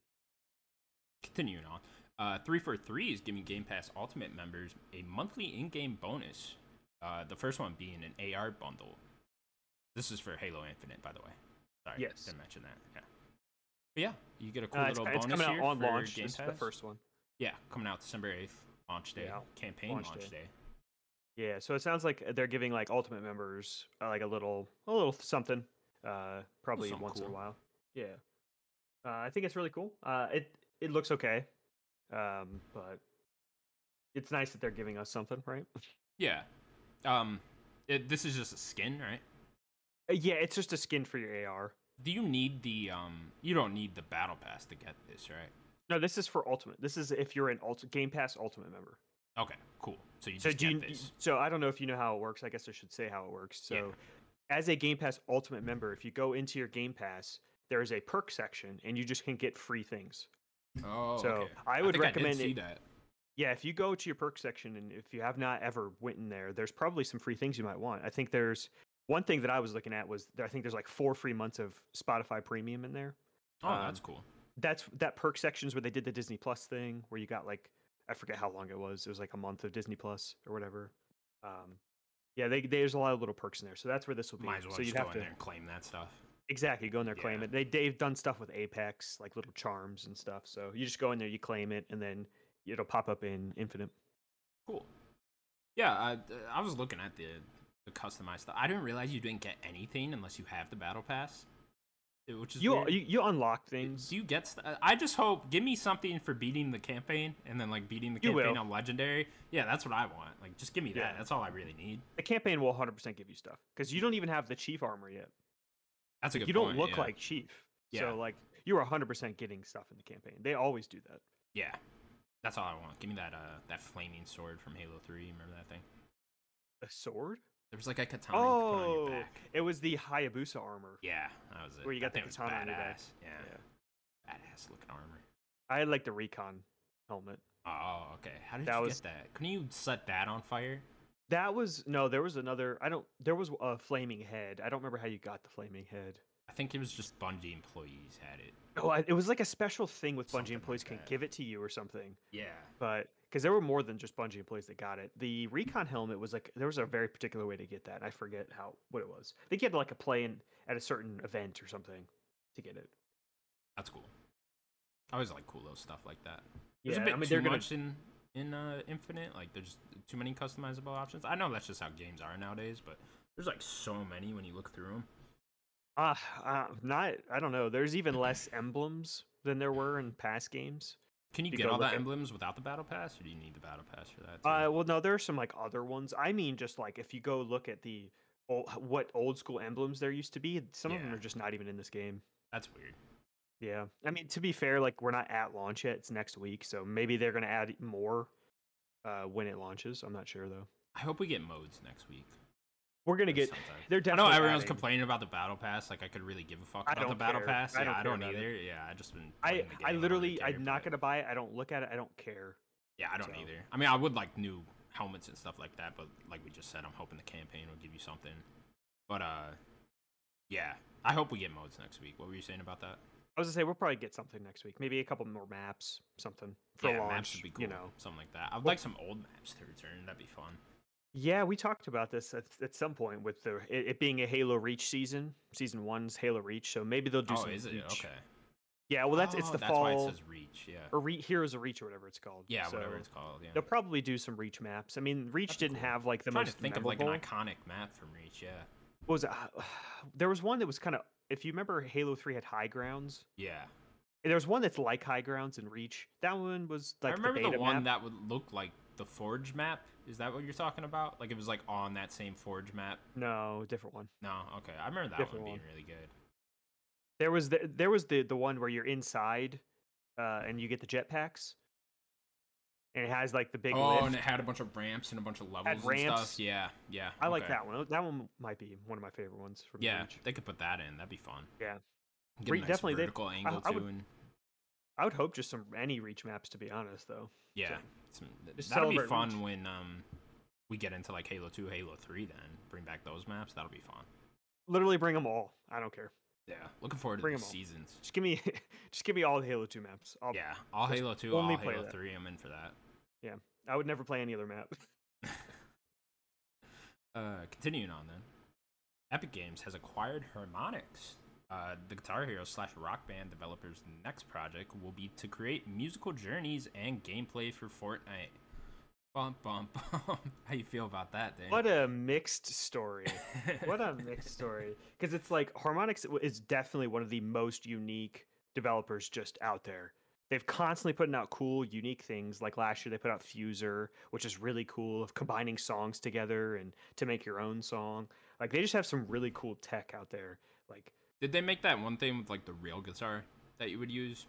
A: Continuing on, uh, three for three is giving Game Pass Ultimate members a monthly in-game bonus. Uh, the first one being an AR bundle. This is for Halo Infinite, by the way. Sorry,
B: Yes.
A: didn't mention that. Yeah, but yeah, you get a cool
B: Uh, it's,
A: little
B: co- it's
A: bonus
B: coming out
A: here
B: on
A: for
B: launch.
A: Game
B: This is the
A: Pass.
B: first one.
A: Yeah, coming out December eighth, launch day,
B: Yeah,
A: campaign launch, day.
B: launch day. Yeah, so it sounds like they're giving like ultimate members uh, like a little, a little something, uh, probably
A: something
B: once in
A: cool.
B: a while. Yeah, uh, I think it's really cool. Uh, it it looks okay, um, but it's nice that they're giving us something, right?
A: Yeah. Um, it, this is just a skin, right?
B: Uh, yeah, it's just a skin for your AR.
A: Do you need the um? You don't need the battle pass to get this, right?
B: No, this is for ultimate. This is if you're an Ult- Game Pass Ultimate member.
A: Okay, cool. So you
B: so
A: just
B: do you,
A: get
B: y-
A: this.
B: so I don't know if you know how it works. I guess I should say how it works. So
A: Yeah.
B: as a Game Pass Ultimate member, if you go into your Game Pass, there is a perk section and you just can get free things.
A: Oh,
B: so
A: okay.
B: I would
A: think I
B: recommend
A: did see
B: it-
A: that.
B: Yeah, if you go to your perk section and if you have not ever went in there, there's probably some free things you might want. I think there's one thing that I was looking at was there- I think there's like four free months of Spotify Premium in there.
A: Oh, that's
B: um,
A: cool.
B: That's that perk section's where they did the Disney Plus thing where you got like I forget how long it was. It was like a month of Disney Plus or whatever. Um, yeah, they, there's a lot of little perks in there, so that's where this will be.
A: Might as well
B: so you
A: just go
B: have
A: in
B: to
A: there and claim that stuff.
B: exactly go in there, claim
A: Yeah.
B: it. They they've done stuff with Apex, like little charms and stuff. So you just go in there, you claim it, and then it'll pop up in Infinite.
A: Cool. Yeah, I, I was looking at the the customized stuff. I didn't realize you didn't get anything unless you have the battle pass, uh, which is
B: You,
A: weird.
B: you you unlock
A: Do-
B: things.
A: Do you get? St- uh, I just hope give me something for beating the campaign and then like beating the
B: You
A: campaign
B: will.
A: on legendary. Yeah, that's what I want. Like, just give me
B: Yeah.
A: that. That's all I really need.
B: The campaign will 100% give you stuff because you don't even have the chief armor yet.
A: That's a good.
B: you don't
A: point,
B: look
A: yeah.
B: like chief.
A: Yeah.
B: So like you're 100% getting stuff in the campaign. They always do that.
A: Yeah, that's all I want. Give me that uh that flaming sword from Halo Three. Remember that thing?
B: A sword?
A: There was like a katana you could put on
B: Oh,
A: your back.
B: it was the Hayabusa armor.
A: Yeah, that was it.
B: Where you got
A: that
B: the
A: thing was
B: katana on your back.
A: badass. Yeah, badass looking armor.
B: I had like the recon helmet.
A: Oh, okay. How did
B: That
A: you
B: was-
A: get that? Couldn't you set that on fire?
B: That was no, there was another. I don't. There was a flaming head. I don't remember how you got the flaming head.
A: I think it was just Bungie employees had it.
B: Oh, I, it was like a special thing with
A: Something
B: Bungie employees
A: like
B: can
A: that.
B: give it to you or something.
A: Yeah.
B: But because there were more than just Bungie employees that got it, the recon helmet was like there was a very particular way to get that. and I forget how what it was. I think you had to like a play in at a certain event or something to get it.
A: That's cool. I always like cool little stuff like that. There's
B: Yeah,
A: a bit
B: I mean
A: too
B: they're gonna
A: much in in uh, Infinite. Like there's too many customizable options. I know that's just how games are nowadays, but there's like so many when you look through them.
B: uh, uh not I don't know. There's even less emblems than there were in past games.
A: Can you,
B: You
A: get
B: go
A: all
B: look
A: the
B: at-
A: emblems without the battle pass, or do you need the battle pass for that?
B: Uh,
A: too?
B: well, no, there are some like other ones. I mean, just like if you go look at the old, what old school emblems there used to be, some of them
A: Yeah.
B: are just not even in this game.
A: that's weird.
B: Yeah, I mean, to be fair, like we're not at launch yet; it's next week, so maybe they're gonna add more uh, when it launches. I'm not sure though.
A: I hope we get modes next week.
B: We're gonna
A: or
B: get.
A: sometime.
B: They're
A: I know
B: definitely.
A: everyone's
B: adding-
A: complaining about the battle pass. Like I could really give a fuck
B: I
A: about the
B: don't
A: battle
B: care.
A: pass.
B: I
A: Yeah,
B: don't
A: I
B: care
A: don't
B: either.
A: either. Yeah, I just been.
B: I
A: playing the game,
B: I
A: don't
B: literally
A: really care,
B: I'm not
A: but-
B: gonna buy it. I don't look at it. I don't care.
A: Yeah, I don't
B: so.
A: either. I mean, I would like new helmets and stuff like that, but like we just said, I'm hoping the campaign will give you something. But uh, yeah, I hope we get modes next week. What were you saying about that?
B: I was gonna say we'll probably get something next week. Maybe a couple more maps, something for
A: yeah,
B: launch.
A: maps would be cool.
B: You know,
A: something like that. I'd like some old maps to return. That'd be fun.
B: Yeah, we talked about this at, at some point with the it, it being a Halo Reach season. Season one's Halo Reach, so maybe they'll do
A: oh,
B: some.
A: is it
B: Reach.
A: okay?
B: Yeah, well, that's it's
A: Oh,
B: the
A: that's
B: fall
A: why it says Reach. Yeah,
B: or Re- Heroes of Reach or whatever it's called.
A: yeah, whatever
B: so
A: it's called. Yeah,
B: They'll probably do some Reach maps. I mean, Reach
A: That'd be
B: didn't
A: cool.
B: have like the
A: trying to
B: most
A: think
B: memorable.
A: of like an iconic map from Reach. Yeah,
B: what was it? uh, There was one that was kind of. If you remember, Halo Three had High Grounds.
A: yeah.
B: There was one that's like High Grounds and Reach. That one was like
A: I remember
B: the,
A: the,
B: beta
A: one
B: map.
A: that would look like the Forge map. Is that what you're talking about? Like it was like on that same Forge map.
B: No, different one.
A: No, okay. I remember that
B: Different
A: one being
B: one.
A: really good.
B: There was the, there was the the one where you're inside, uh, and you get the jetpacks, and it has like the big.
A: oh,
B: lift.
A: and it had a bunch of ramps and a bunch of levels and
B: ramps.
A: stuff. Yeah, yeah.
B: I like
A: okay.
B: that one. That one might be one of my favorite ones from
A: Yeah,
B: Reach.
A: they could put that in. That'd be fun.
B: Yeah.
A: Get
B: Re-
A: a nice
B: definitely, they-
A: vertical angle
B: I
A: too,
B: would-
A: and
B: I would hope just some any Reach maps, to be honest, though.
A: yeah, some, th-
B: Just
A: that'll be
B: celebrate
A: fun
B: Reach.
A: when um we get into like Halo Two, Halo Three. Then bring back those maps. That'll be fun.
B: Literally bring them all. I don't care.
A: Yeah, looking forward to
B: Bring
A: the
B: 'em all.
A: seasons.
B: Just give me, just give me all the Halo Two maps. I'll,
A: Yeah, all
B: just
A: Halo Two, all
B: only play
A: Halo
B: that.
A: Three. I'm in for that.
B: I would never play any other map.
A: Uh, continuing on then, Epic Games has acquired Harmonix. Uh, the Guitar Hero slash Rock Band developers' next project will be to create musical journeys and gameplay for Fortnite. Bum bum bum. How you feel about that, Dan?
B: What a mixed story. What a mixed story. Because it's like Harmonix w- is definitely one of the most unique developers just out there. They've constantly putting out cool, unique things. Like last year, they put out Fuser, which is really cool, of combining songs together and to make your own song. Like they just have some really cool tech out there. Like
A: Did they make that one thing with like the real guitar that you would use?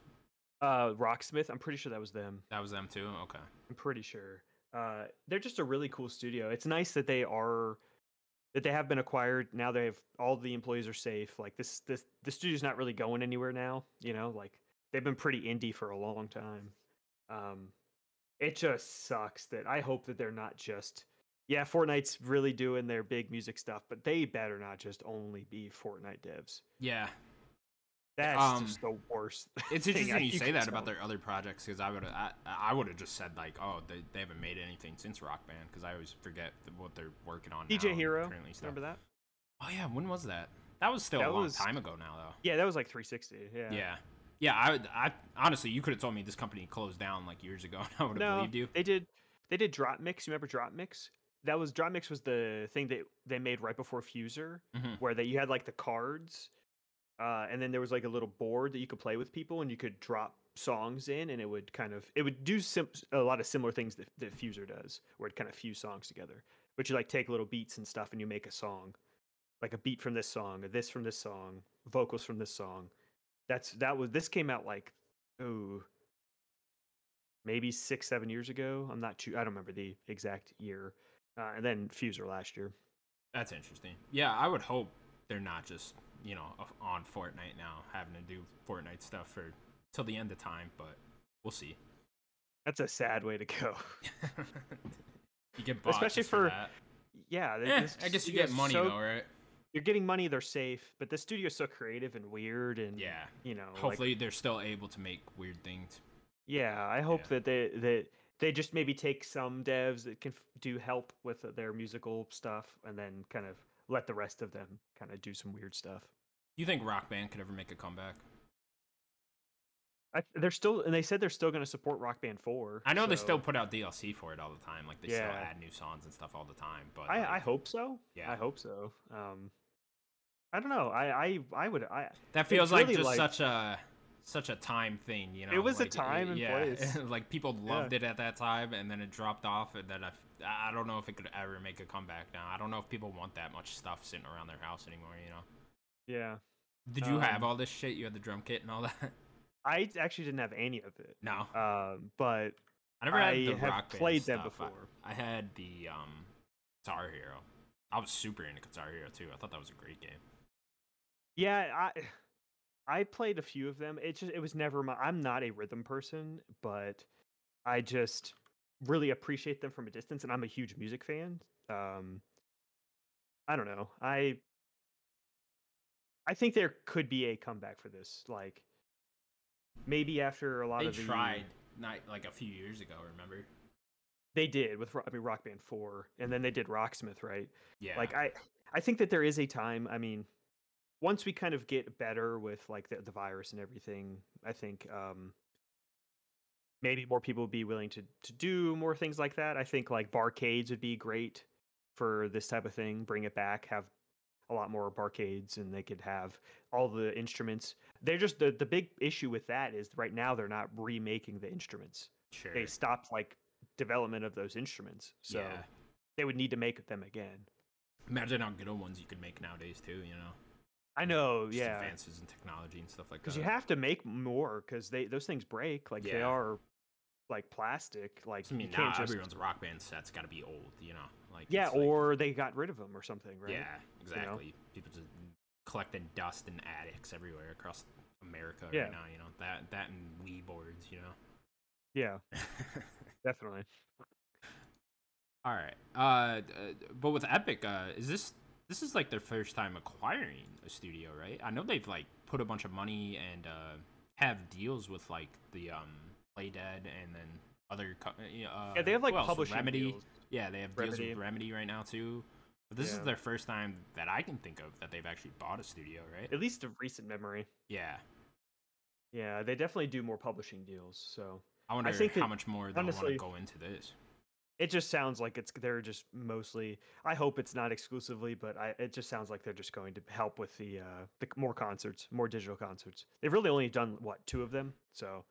B: uh, Rocksmith, I'm pretty sure that was them.
A: That was them too. Okay.
B: I'm pretty sure. Uh, they're just a really cool studio. It's nice that they are that they have been acquired. Now they have all the employees are safe. Like this this the studio's not really going anywhere now, you know, like they've been pretty indie for a long time. Um it just sucks that I hope that they're not just yeah, Fortnite's really doing their big music stuff, but they better not just only be Fortnite devs.
A: Yeah.
B: That's
A: Um,
B: just the worst.
A: It's
B: thing I-
A: interesting you say
B: can
A: that about
B: tell.
A: their other projects because I would I, I would have just said like oh they, they haven't made anything since Rock Band because I always forget th- what they're working on. now
B: DJ
A: and
B: Hero.
A: currently stuff.
B: Remember that?
A: Oh yeah, when was that? That was still
B: That
A: a long
B: was-
A: time ago now
B: Yeah, that was like 360. Yeah.
A: though. Yeah. yeah. I, would- I honestly, you could have told me this company closed down like years ago, and I would have
B: No,
A: believed you.
B: they did. They did Drop Mix. You remember Drop Mix? That was Drop Mix was the thing that they made right before Fuser,
A: Mhm.
B: where that you had like the cards, uh, and then there was like a little board that you could play with people, and you could drop songs in, and it would kind of it would do sim- a lot of similar things that, that Fuser does, where it kind of fuse songs together. But you like take little beats and stuff, and you make a song, like a beat from this song, or this from this song, vocals from this song. That's that was this came out like ooh maybe six seven years ago. I'm not too I don't remember the exact year, uh, and then Fuser last year.
A: That's interesting. Yeah, I would hope they're not just you know of- on Fortnite now, having to do Fortnite stuff for till the end of time, but we'll see.
B: That's a sad way to go.
A: you get bought
B: Especially
A: just for,
B: for-
A: that.
B: yeah, th-
A: Eh,
B: this
A: I guess you
B: studio's
A: get money
B: so-
A: though, right?
B: You're getting money. They're safe, but the studio's so creative and weird, and
A: Yeah.
B: you know, like-
A: Hopefully they're still able to make weird things.
B: yeah, I hope
A: Yeah.
B: that they that they just maybe take some devs that can f- do help with their musical stuff, and then kind of let the rest of them kind of do some weird stuff.
A: Do you think Rock Band could ever make a comeback?
B: I, they're still, and they said they're still going to support Rock Band Four.
A: I know they
B: so
A: still put out DLC for it all the time. Like they still
B: Yeah.
A: add new songs and stuff all the time. But like,
B: I, I hope so.
A: Yeah.
B: I hope so. Um, I don't know. I I, I would. I
A: that feels like
B: really,
A: just
B: like-
A: such a such a time thing, you know.
B: was a
A: like,
B: time and
A: yeah,
B: place.
A: like people loved it at that time, and then it dropped off, and then I, I don't know if it could ever make a comeback now. I don't know if people want that much stuff sitting around their house anymore. You know.
B: yeah.
A: Did you have
B: Um,
A: all this shit? You had the drum kit and all that.
B: I actually didn't have any of it.
A: no,
B: Um, but
A: I never had
B: I
A: the
B: have
A: rock band
B: played them
A: stuff. I-
B: before.
A: I, had the um, Guitar Hero. I was super into Guitar Hero too. I thought that was a great game.
B: yeah, I I played a few of them. It just it was never my. I'm not a rhythm person, but I just really appreciate them from a distance, and I'm a huge music fan. Um, I don't know. I I think there could be a comeback for this. Like maybe after a lot
A: They
B: of the,
A: tried not like a few years ago. Remember?
B: they did with Ro- I mean Rock Band Four, and then they did Rocksmith, right?
A: Yeah.
B: Like I, I think that there is a time. I mean, once we kind of get better with like the, the virus and everything, I think um, maybe more people would be willing to to do more things like that. I think like barcades would be great for this type of thing. Bring it back. Have a lot more barcades, and they could have all the instruments. They're just the the big issue with that is right now they're not remaking the instruments
A: sure.
B: they stopped like development of those instruments. So
A: Yeah.
B: they would need to make them again.
A: Imagine how good of ones you could make nowadays too. You know,
B: I know,
A: just
B: yeah,
A: advances in technology and stuff like that.
B: because you have to make more because they those things break. Like they
A: Yeah.
B: are like plastic. Like
A: I mean,
B: you
A: now
B: can't just
A: everyone's rock band set's got to be old. You know, like
B: yeah,
A: it's like-
B: or they got rid of them or something, right?
A: yeah, exactly. People just collecting dust in attics everywhere across America
B: Yeah.
A: right now. You know that that and Wii boards. You know.
B: yeah, definitely.
A: All right. Uh, d- uh, but with Epic, uh, is this this is like their first time acquiring a studio, right? I know they've like put a bunch of money and uh, have deals with like the um, Play Dead and then other. Co- uh, you know, uh,
B: Yeah, they have like
A: who else?
B: publishing
A: Remedy.
B: deals.
A: Yeah, they have deals
B: Remedy.
A: with Remedy right now too. But this
B: Yeah.
A: is their first time that I can think of that they've actually bought a studio, right?
B: At least of recent memory.
A: Yeah.
B: Yeah, they definitely do more publishing deals. So
A: I wonder
B: think
A: how
B: that-
A: much more they'll want to
B: honestly-
A: go into this.
B: it just sounds like it's they're just mostly i hope it's not exclusively but I, it just sounds like they're just going to help with the uh the c- more concerts more digital concerts they've really only done what two of them so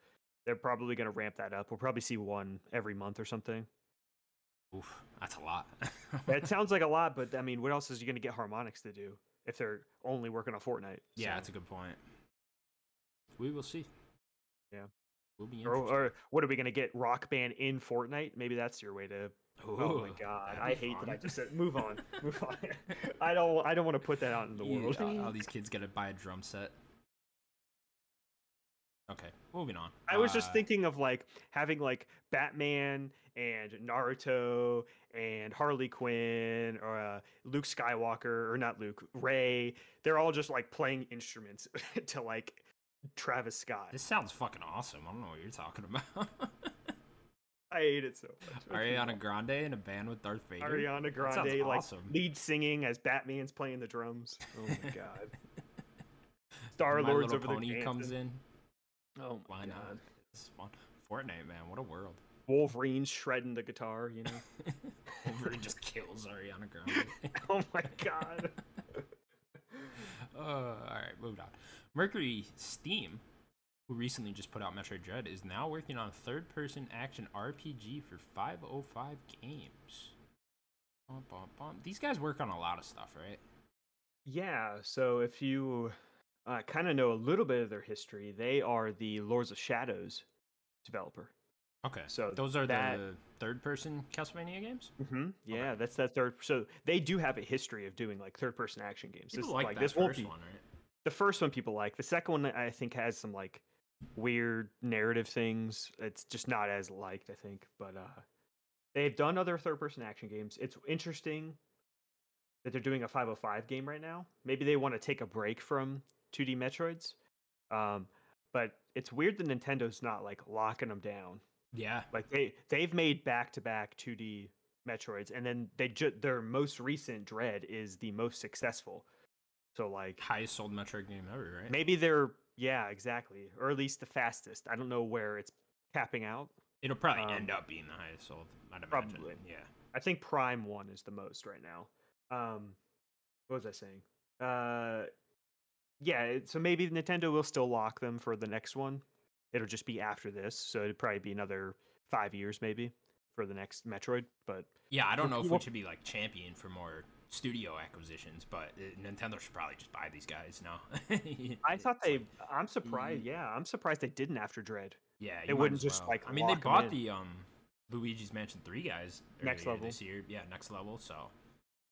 B: they're probably going to ramp that up we'll probably see one every month or something
A: Oof, that's a lot.
B: it sounds like a lot but i mean what else is you going to get harmonics to do if they're only working on fortnite
A: yeah,
B: So-
A: that's a good point. We will see.
B: Yeah.
A: We'll be
B: or,
A: interested.
B: or what are we going to get rock band in fortnite maybe that's your way to oh my
A: Ooh,
B: god
A: that'd
B: i
A: be
B: hate that i
A: fun.
B: just said move on move on i don't i don't want to put that out in the
A: Yeah,
B: world
A: all- all these kids gotta buy a drum set. Okay, moving on.
B: I was
A: Uh,
B: just thinking of like having like Batman and Naruto and Harley Quinn or uh, Luke Skywalker or not Luke Ray. They're all just like playing instruments to like Travis Scott.
A: This sounds fucking awesome. I don't know what you're talking about.
B: I hate it so much. Okay.
A: Ariana Grande in a band with Darth Vader.
B: Ariana
A: That sounds
B: Grande, like
A: awesome.
B: lead singing as Batman's playing the drums. Oh my god.
A: My
B: Star Lord's
A: Little
B: over
A: Pony
B: there.
A: comes
B: dancing.
A: in.
B: Oh my
A: Why not?
B: god.
A: This is fun. Fortnite, man, what a world.
B: Wolverine shredding the guitar, you know.
A: Wolverine just kills Ariana Grande.
B: oh my god.
A: uh, all right, moving on. Mercury Steam, who recently just put out Metroid Dread, is now working on a third-person action RPG for 505 Games. Bum, bum, bum. These guys work on a lot of stuff, right?
B: Yeah, so if you uh, kind of know a little bit of their history, they are the Lords of Shadows developer.
A: Okay,
B: So
A: those are
B: that-
A: the third-person Castlevania games.
B: Mm-hmm. Yeah, that's that third. So they do have a history of doing like third-person action games.
A: People
B: This-
A: like,
B: like
A: that
B: this won't
A: first
B: be
A: one, right?
B: the first one people like. The second one I think has some like weird narrative things. It's just not as liked, I think. But uh they've done other third person action games. It's interesting that they're doing a 505 game right now. Maybe they want to take a break from 2D Metroids. Um but it's weird that Nintendo's not like locking them down.
A: Yeah,
B: Like they they've made back to back 2D Metroids, and then they ju- their most recent Dread is the most successful. So like
A: highest sold Metroid game ever, right?
B: Maybe they're yeah, exactly, or at least the fastest. I don't know where it's capping out.
A: It'll probably
B: um,
A: end up being the highest sold. I'd imagine.
B: probably.
A: Yeah.
B: I think Prime One is the most right now. Um, what was I saying? Uh, yeah, it- so maybe Nintendo will still lock them for the next one. It'll just be after this, so it'd probably be another five years maybe for the next Metroid. But
A: Yeah, I don't know if we
B: Well-
A: should be like champion for more studio acquisitions, but uh, Nintendo should probably just buy these guys now.
B: I thought
A: It's
B: they.
A: like-
B: I'm surprised. Yeah, I'm surprised they didn't after Dread.
A: yeah,
B: they
A: you might
B: wouldn't
A: as
B: just,
A: well.
B: like,
A: I mean, they
B: lock 'em
A: bought
B: in.
A: the um Luigi's Mansion Three guys
B: Next
A: earlier
B: level.
A: this year. Yeah, next level. So,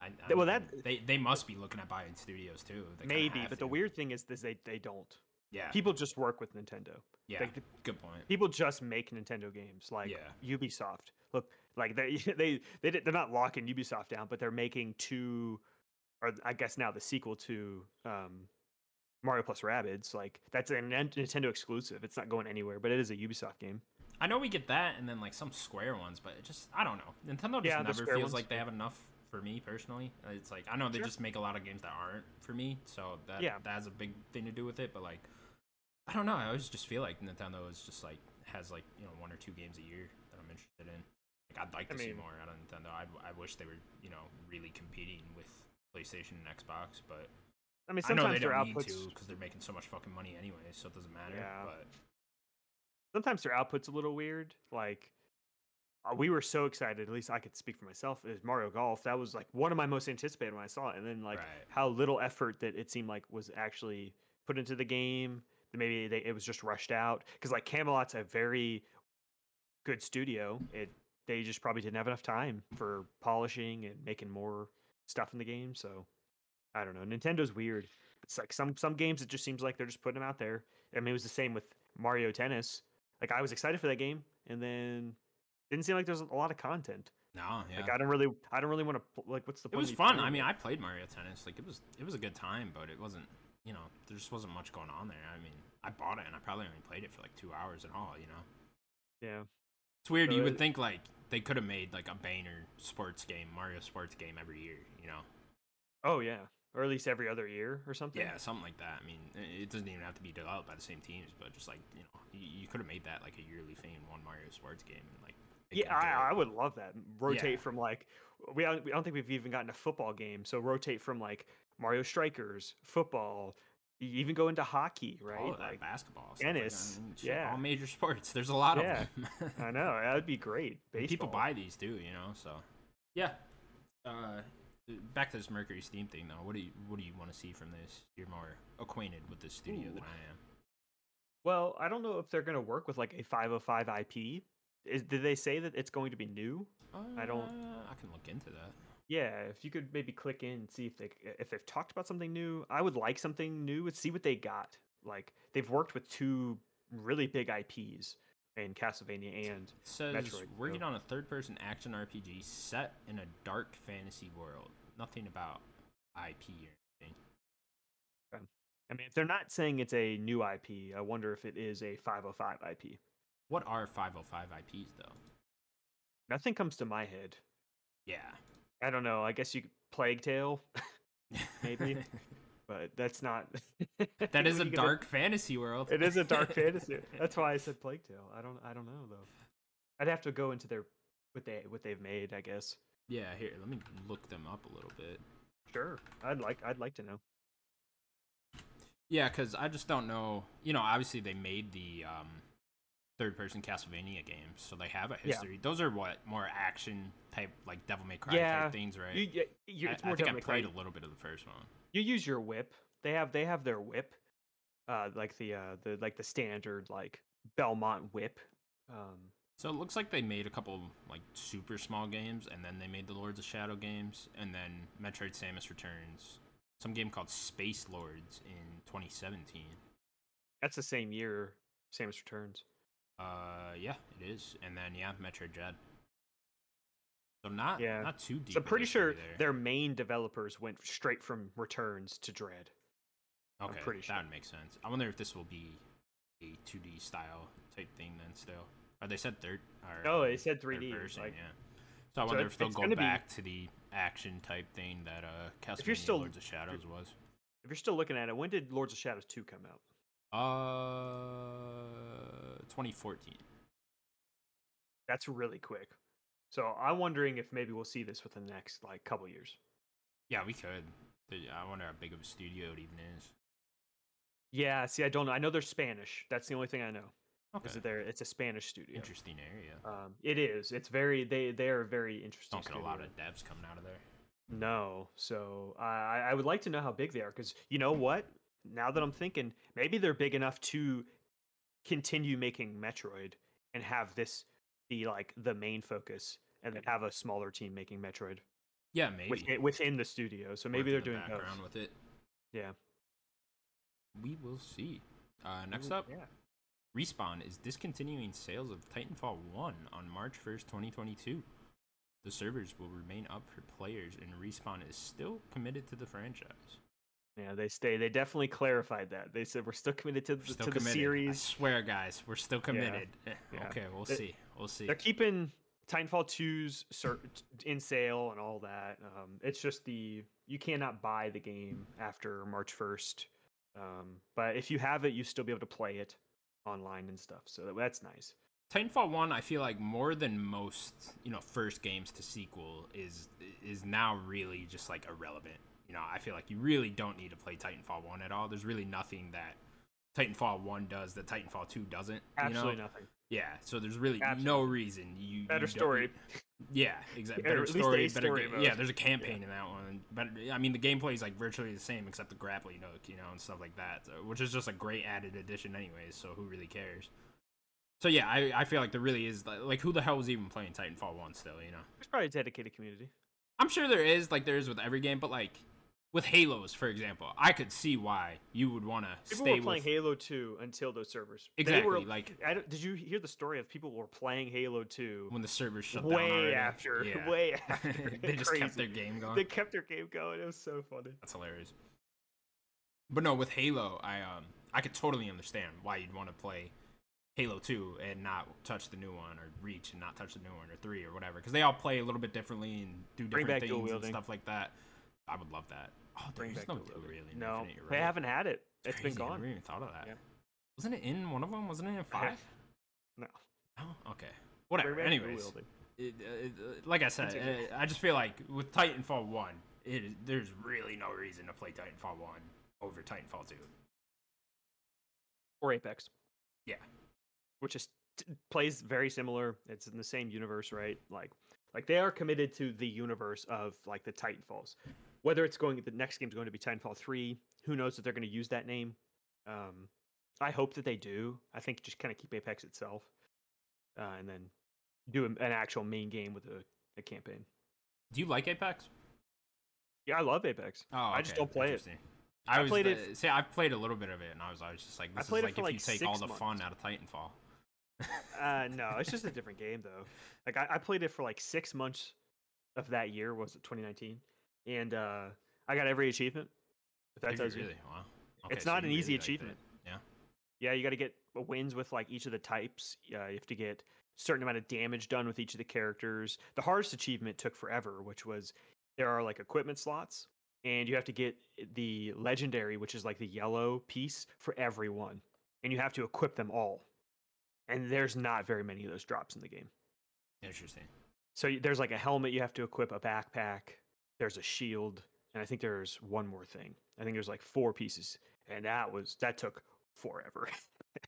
A: I, I
B: Th- well,
A: mean,
B: that-
A: they they must be looking at buying studios too. They kinda
B: Maybe,
A: have
B: but the
A: to.
B: weird thing is, is they they don't.
A: yeah
B: People just work with Nintendo.
A: yeah
B: like, the-
A: good point.
B: people just make Nintendo games like
A: Yeah.
B: Ubisoft. Look, like they they they di- they're not locking Ubisoft down, but they're making two, or I guess now the sequel to um, Mario plus Rabbids. Like that's a Nin- Nintendo exclusive. It's not going anywhere, but it is a Ubisoft game.
A: I know we get that, and then like some Square ones, but it just I don't know. Nintendo just
B: Yeah, the
A: never
B: Square
A: feels
B: ones.
A: like they have enough for me personally. Uh, It's like I know they
B: Sure.
A: just make a lot of games that aren't for me, so that
B: Yeah.
A: that has a big thing to do with it. But like I don't know, I always just feel like Nintendo is just like has like you know one or two games a year that I'm interested in. Like I'd like
B: I
A: to see
B: mean-
A: more out of Nintendo. I I wish they were you know really competing with PlayStation and Xbox, but I
B: I mean,
A: know
B: sometimes
A: they
B: their
A: don't need
B: outputs
A: to because they're making so much fucking money anyway, so it doesn't matter.
B: Yeah.
A: But
B: sometimes their output's a little weird. Like uh, we were so excited. At least I could speak for myself. Is Mario Golf that was like one of my most anticipated when I saw it, and then like
A: Right.
B: how little effort that it seemed like was actually put into the game. that Maybe they, it was just rushed out because like Camelot's a very good studio. It they just probably didn't have enough time for polishing and making more stuff in the game. So I don't know. Nintendo's weird. It's like some some games it just seems like they're just putting them out there. I mean, it was the same with Mario Tennis. Like I was excited for that game, and then didn't seem like there's a lot of content.
A: no, yeah.
B: Like I don't really, I don't really want to like. What's the?
A: It
B: point
A: was
B: of
A: fun.
B: playing
A: I mean,
B: it?
A: I played Mario Tennis. Like it was, it was a good time, but it wasn't. You know, there just wasn't much going on there. I mean, I bought it and I probably only played it for like two hours in all. You know,
B: yeah,
A: it's weird.
B: So
A: you would
B: it-
A: think like they could have made like a Banner sports game, Mario sports game every year. You know,
B: oh yeah, or at least every other year or something.
A: yeah, something like that. I mean, i- it doesn't even have to be developed by the same teams, but just like you know, you, you could have made that like a yearly thing, one Mario sports game, and like make
B: yeah,
A: it
B: I, I
A: enjoyable.
B: would love that. Rotate
A: Yeah.
B: from like we don't, we don't think we've even gotten a football game, so rotate from like Mario Strikers, football, y- even go into hockey, right?
A: All of Oh, that,
B: like,
A: basketball, stuff like that.
B: tennis,
A: I mean, shit,
B: yeah.
A: all major sports. There's a lot
B: Yeah.
A: of them.
B: I know that would be great.
A: And
B: Baseball.
A: people buy these too, you know. So, yeah. Uh, back to this Mercury Steam thing though. What do you What do you want to see from this? You're more acquainted with this studio
B: Ooh.
A: than I am.
B: Well, I don't know if they're going to work with like a 505 IP. Is, did they say that it's going to be new? I don't-
A: Uh, I can look into that.
B: Yeah, if you could maybe click in and see if they c- if they've talked about something new. I would like something new and see what they got. Like they've worked with two really big IPs in Castlevania and
A: It says
B: Metroid,
A: working
B: so-
A: on a third-person action RPG set in a dark fantasy world. Nothing about IP or anything.
B: Okay. I mean, if they're not saying it's a new IP, I wonder if it is a 505 IP.
A: What are 505 IPs though?
B: Nothing comes to my head.
A: Yeah.
B: I don't know. I guess you could Plague Tale, Maybe. but that's not.
A: that is
B: what
A: a
B: you gonna-
A: dark fantasy world.
B: It is a dark fantasy. That's why I said Plague Tale. I don't. I don't know though. I'd have to go into their what they what they've made. I guess.
A: Yeah, here, let me look them up a little bit.
B: Sure. I'd like. I'd like to know.
A: Yeah, because I just don't know. You know, obviously they made the um, third-person Castlevania games, so they have a history. Those are what more action type, like Devil May Cry
B: Yeah.
A: type things, right?
B: You, you, you,
A: I,
B: it's more
A: I think I
B: Devil May Cry.
A: played a little bit of the first one.
B: you use your whip. They have they have their whip, uh, like the uh, the like the standard like Belmont whip. Um,
A: So it looks like they made a couple like super small games, and then they made the Lords of Shadow games, and then Metroid: Samus Returns, some game called Space Lords in 2017.
B: that's the same year Samus Returns.
A: Uh, yeah, it is, and then yeah, Metroid Dread. So not
B: Yeah.
A: not too deep.
B: so
A: of
B: pretty sure
A: history there.
B: their main developers went straight from Returns to Dread. I'm
A: Okay,
B: pretty sure.
A: that would make sense. I wonder if this will be a 2D style type thing then. Still, or they said third. Or,
B: No, Oh, they
A: um,
B: said
A: third
B: 3D,
A: Version,
B: like-
A: yeah. So I
B: So
A: wonder
B: it's-
A: if they'll
B: it's
A: go
B: gonna be-
A: back to the action type thing that uh Castlevania
B: you're still-
A: Lords of Shadows was.
B: If you're still looking at it, when did Lords of Shadows two come out?
A: Uh, 2014.
B: That's really quick. So I'm wondering if maybe we'll see this within the next like couple years.
A: Yeah, we could. The- I wonder how big of a studio it even is.
B: Yeah. See, I don't know. I know they're Spanish. That's the only thing I know. Is
A: Okay.
B: that they're it's a Spanish studio.
A: Interesting area.
B: Um, it is. It's very. They they are very interesting.
A: Don't get a lot of
B: studio.
A: devs coming out of there.
B: No. So I I would like to know how big they are because you know what? Now that I'm thinking, maybe they're big enough to continue making Metroid and have this be like the main focus, and then have a smaller team making Metroid
A: Yeah, maybe.
B: within, within the studio. So
A: Working
B: maybe they're
A: the
B: doing both.
A: background with it.
B: Yeah.
A: We will see. Uh, next
B: Ooh,
A: up,
B: yeah.
A: Respawn is discontinuing sales of Titanfall 1 on March 1st, 2022. The servers will remain up for players, and Respawn is still committed to the franchise.
B: Yeah, they stay. They definitely clarified that. They said we're still committed to,
A: We're
B: the
A: still
B: to the
A: committed. I
B: series.
A: swear, guys, we're still committed. Eh,
B: Yeah.
A: Okay, we'll
B: They-
A: see. We'll see.
B: They're keeping Titanfall 2's ser- t- in sale and all that. Um, it's just the you cannot buy the game after March 1st. Um, but if you have it, you still be able to play it online and stuff. So that, that's nice.
A: Titanfall 1, I feel like more than most, you know, first games to sequel is is now really just like irrelevant. You know, I feel like you really don't need to play Titanfall 1 at all. There's really nothing that Titanfall 1 does that Titanfall 2 doesn't.
B: Absolutely
A: you know?
B: nothing.
A: Yeah, so there's really no
B: Absolutely.
A: reason you you
B: Better
A: don't-
B: story.
A: Yeah, exactly.
B: Or
A: Better
B: at least a
A: story, better
B: story
A: ga-
B: mode.
A: Yeah, there's a campaign in that one, but I mean the gameplay is like virtually the same except the grappling hook, you know, and stuff like that, so- which is just a great added addition, anyways. So who really cares? So yeah, I, I feel like there really is like, like who the hell was even playing Titanfall one still, you know?
B: There's probably a dedicated community.
A: I'm sure there is like there is with every game, but like with Halos for example, I could see why you would want to
B: People
A: stay
B: were playing
A: with
B: Halo 2 until those servers. They
A: exactly
B: were,
A: like
B: I don't, did you hear the story of people were playing Halo 2
A: when the servers shut down
B: way
A: already.
B: after,
A: Yeah.
B: way after.
A: they just
B: Crazy.
A: kept their game going.
B: They kept their game going. It was so funny.
A: That's hilarious. But no, with Halo, I um I could totally understand why you'd want to play Halo 2 and not touch the new one or Reach and not touch the new one or 3 or whatever cuz they all play a little bit differently and do
B: Bring
A: different
B: back dual
A: things and
B: wielding.
A: stuff like that. I would love that. Oh,
B: Bring
A: there's
B: back
A: no
B: dual
A: dual
B: wielding.
A: wielding. in
B: No,
A: Infinite, you're
B: they
A: right.
B: haven't had it.
A: It's
B: it's been
A: crazy, I never
B: gone.
A: even thought of that.
B: Yeah.
A: Wasn't it in one of them? Wasn't it in 5?
B: No.
A: Oh, okay. Whatever.
B: Bring back dual
A: Anyways,
B: wielding.
A: it, uh, it, it- like I said,
B: Continue.
A: uh I just feel like with Titanfall one, it is, there's really no reason to play Titanfall one over Titanfall two.
B: or Apex.
A: Yeah.
B: which is t- plays very similar. It's in the same universe, right? Like, like they are committed to the universe of like the Titanfalls. Whether it's going, the next game's going to be Titanfall three. Who knows if they're going to use that name? Um, I hope that they do. I think just kind of keep Apex itself, uh, and then do an an actual main game with a, a campaign.
A: Do you like Apex?
B: Yeah, I love Apex.
A: Oh,
B: I just don't play it.
A: Interesting. I, was
B: played
A: played
B: it-
A: See, I've played a little bit of it, and I was, I was just like,
B: I
A: this is
B: played
A: like
B: it
A: if
B: for,
A: you
B: like,
A: take all the
B: six
A: fun
B: months.
A: out of Titanfall.
B: Uh, no, it's just a different game though. Like I, I played it for like six months of that year, was it 2019? And uh, I got every achievement. If that
A: Did you
B: tells you,
A: really? Wow.
B: It's not an
A: you really
B: easy
A: like that.
B: achievement.
A: Yeah.
B: Yeah, you got to get wins with like each of the types. Uh, you have to get certain amount of damage done with each of the characters. The hardest achievement took forever, which was there are like equipment slots, and you have to get the legendary, which is like the yellow piece for everyone, and you have to equip them all. And there's not very many of those drops in the game.
A: Interesting.
B: So y- there's like a helmet you have to equip, a backpack, there's a shield, and I think there's one more thing. I think there's like four pieces, and that was that took forever.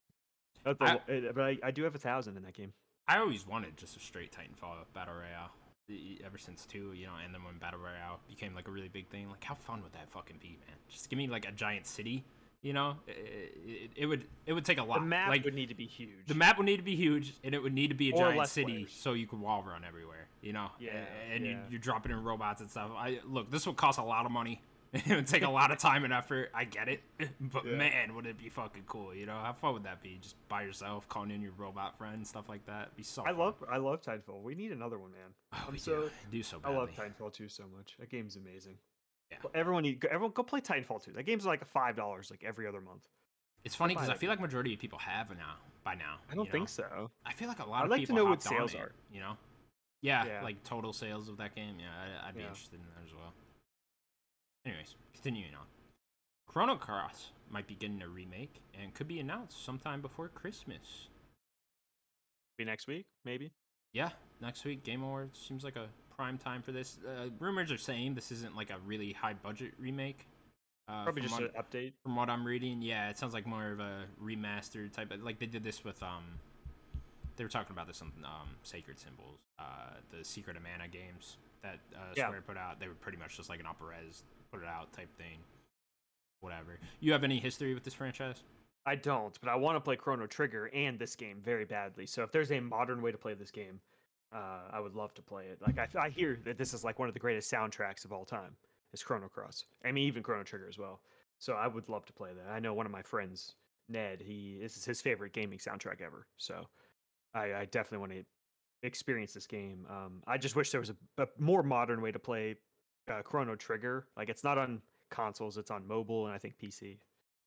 B: That's a
A: I-
B: lo- uh, but I, I do have a thousand in that game.
A: I always wanted just a straight Titanfall battle royale. E- Ever since two, you know, and then when battle royale became like a really big thing, like how fun would that fucking be, man? Just give me like a giant city, you know? It, it, it would it would take a lot.
B: The map
A: like
B: would need to be huge.
A: the map would need to be huge, and it would need to be a
B: Or
A: giant
B: less
A: city
B: players.
A: so you could wall run everywhere, you know? A-
B: Yeah,
A: and you,
B: yeah.
A: you're dropping in robots and stuff. I look, this would cost a lot of money. it would take a lot of time and effort. I get it, but
B: Yeah.
A: man, would it be fucking cool, you know? How fun would that be? Just by yourself, calling in your robot friend, stuff like that. It'd be so.
B: I
A: fun.
B: love I love Titanfall. We need another one, man.
A: Oh, we
B: so-
A: do. do so badly.
B: I love Titanfall 2 so much. That game's amazing.
A: Yeah.
B: Well, everyone need go- everyone go play Titanfall 2. That game's like a five dollars like every other month.
A: It's funny
B: buy
A: because I
B: that
A: feel like majority of people have now by now.
B: I don't
A: you know?
B: think so.
A: I feel like a lot
B: I'd
A: of
B: like to
A: people
B: know what
A: hopped on
B: sales
A: it,
B: are.
A: You know, yeah,
B: Yeah.
A: like total sales of that game. Yeah, I, I'd be
B: Yeah.
A: interested in that as well. Anyways, continuing on. Chrono Cross might be getting a remake and could be announced sometime before Christmas.
B: Be next week, maybe.
A: Yeah, next week Game Awards seems like a prime time for this. Uh, rumors are saying this isn't like a really high budget remake. Uh,
B: Probably
A: from
B: just
A: what-
B: an update.
A: from what I'm reading, yeah, it sounds like more of a remastered type. Of, like they did this with um, they were talking about this on um, Sacred Symbols, uh, the Secret of Mana games that uh,
B: Yeah.
A: Square put out. They were pretty much just like an operas put it out type thing. Whatever. You have any history with this franchise?
B: I don't, but I want to play Chrono Trigger and this game very badly. So if there's a modern way to play this game, uh, I would love to play it. Like I, I hear that this is like one of the greatest soundtracks of all time. Is Chrono Cross? I mean, even Chrono Trigger as well. So I would love to play that. I know one of my friends, Ned. He this is his favorite gaming soundtrack ever. So I, I definitely want to experience this game. Um, I just wish there was a, a more modern way to play uh, Chrono Trigger. Like it's not on consoles; it's on mobile and I think PC.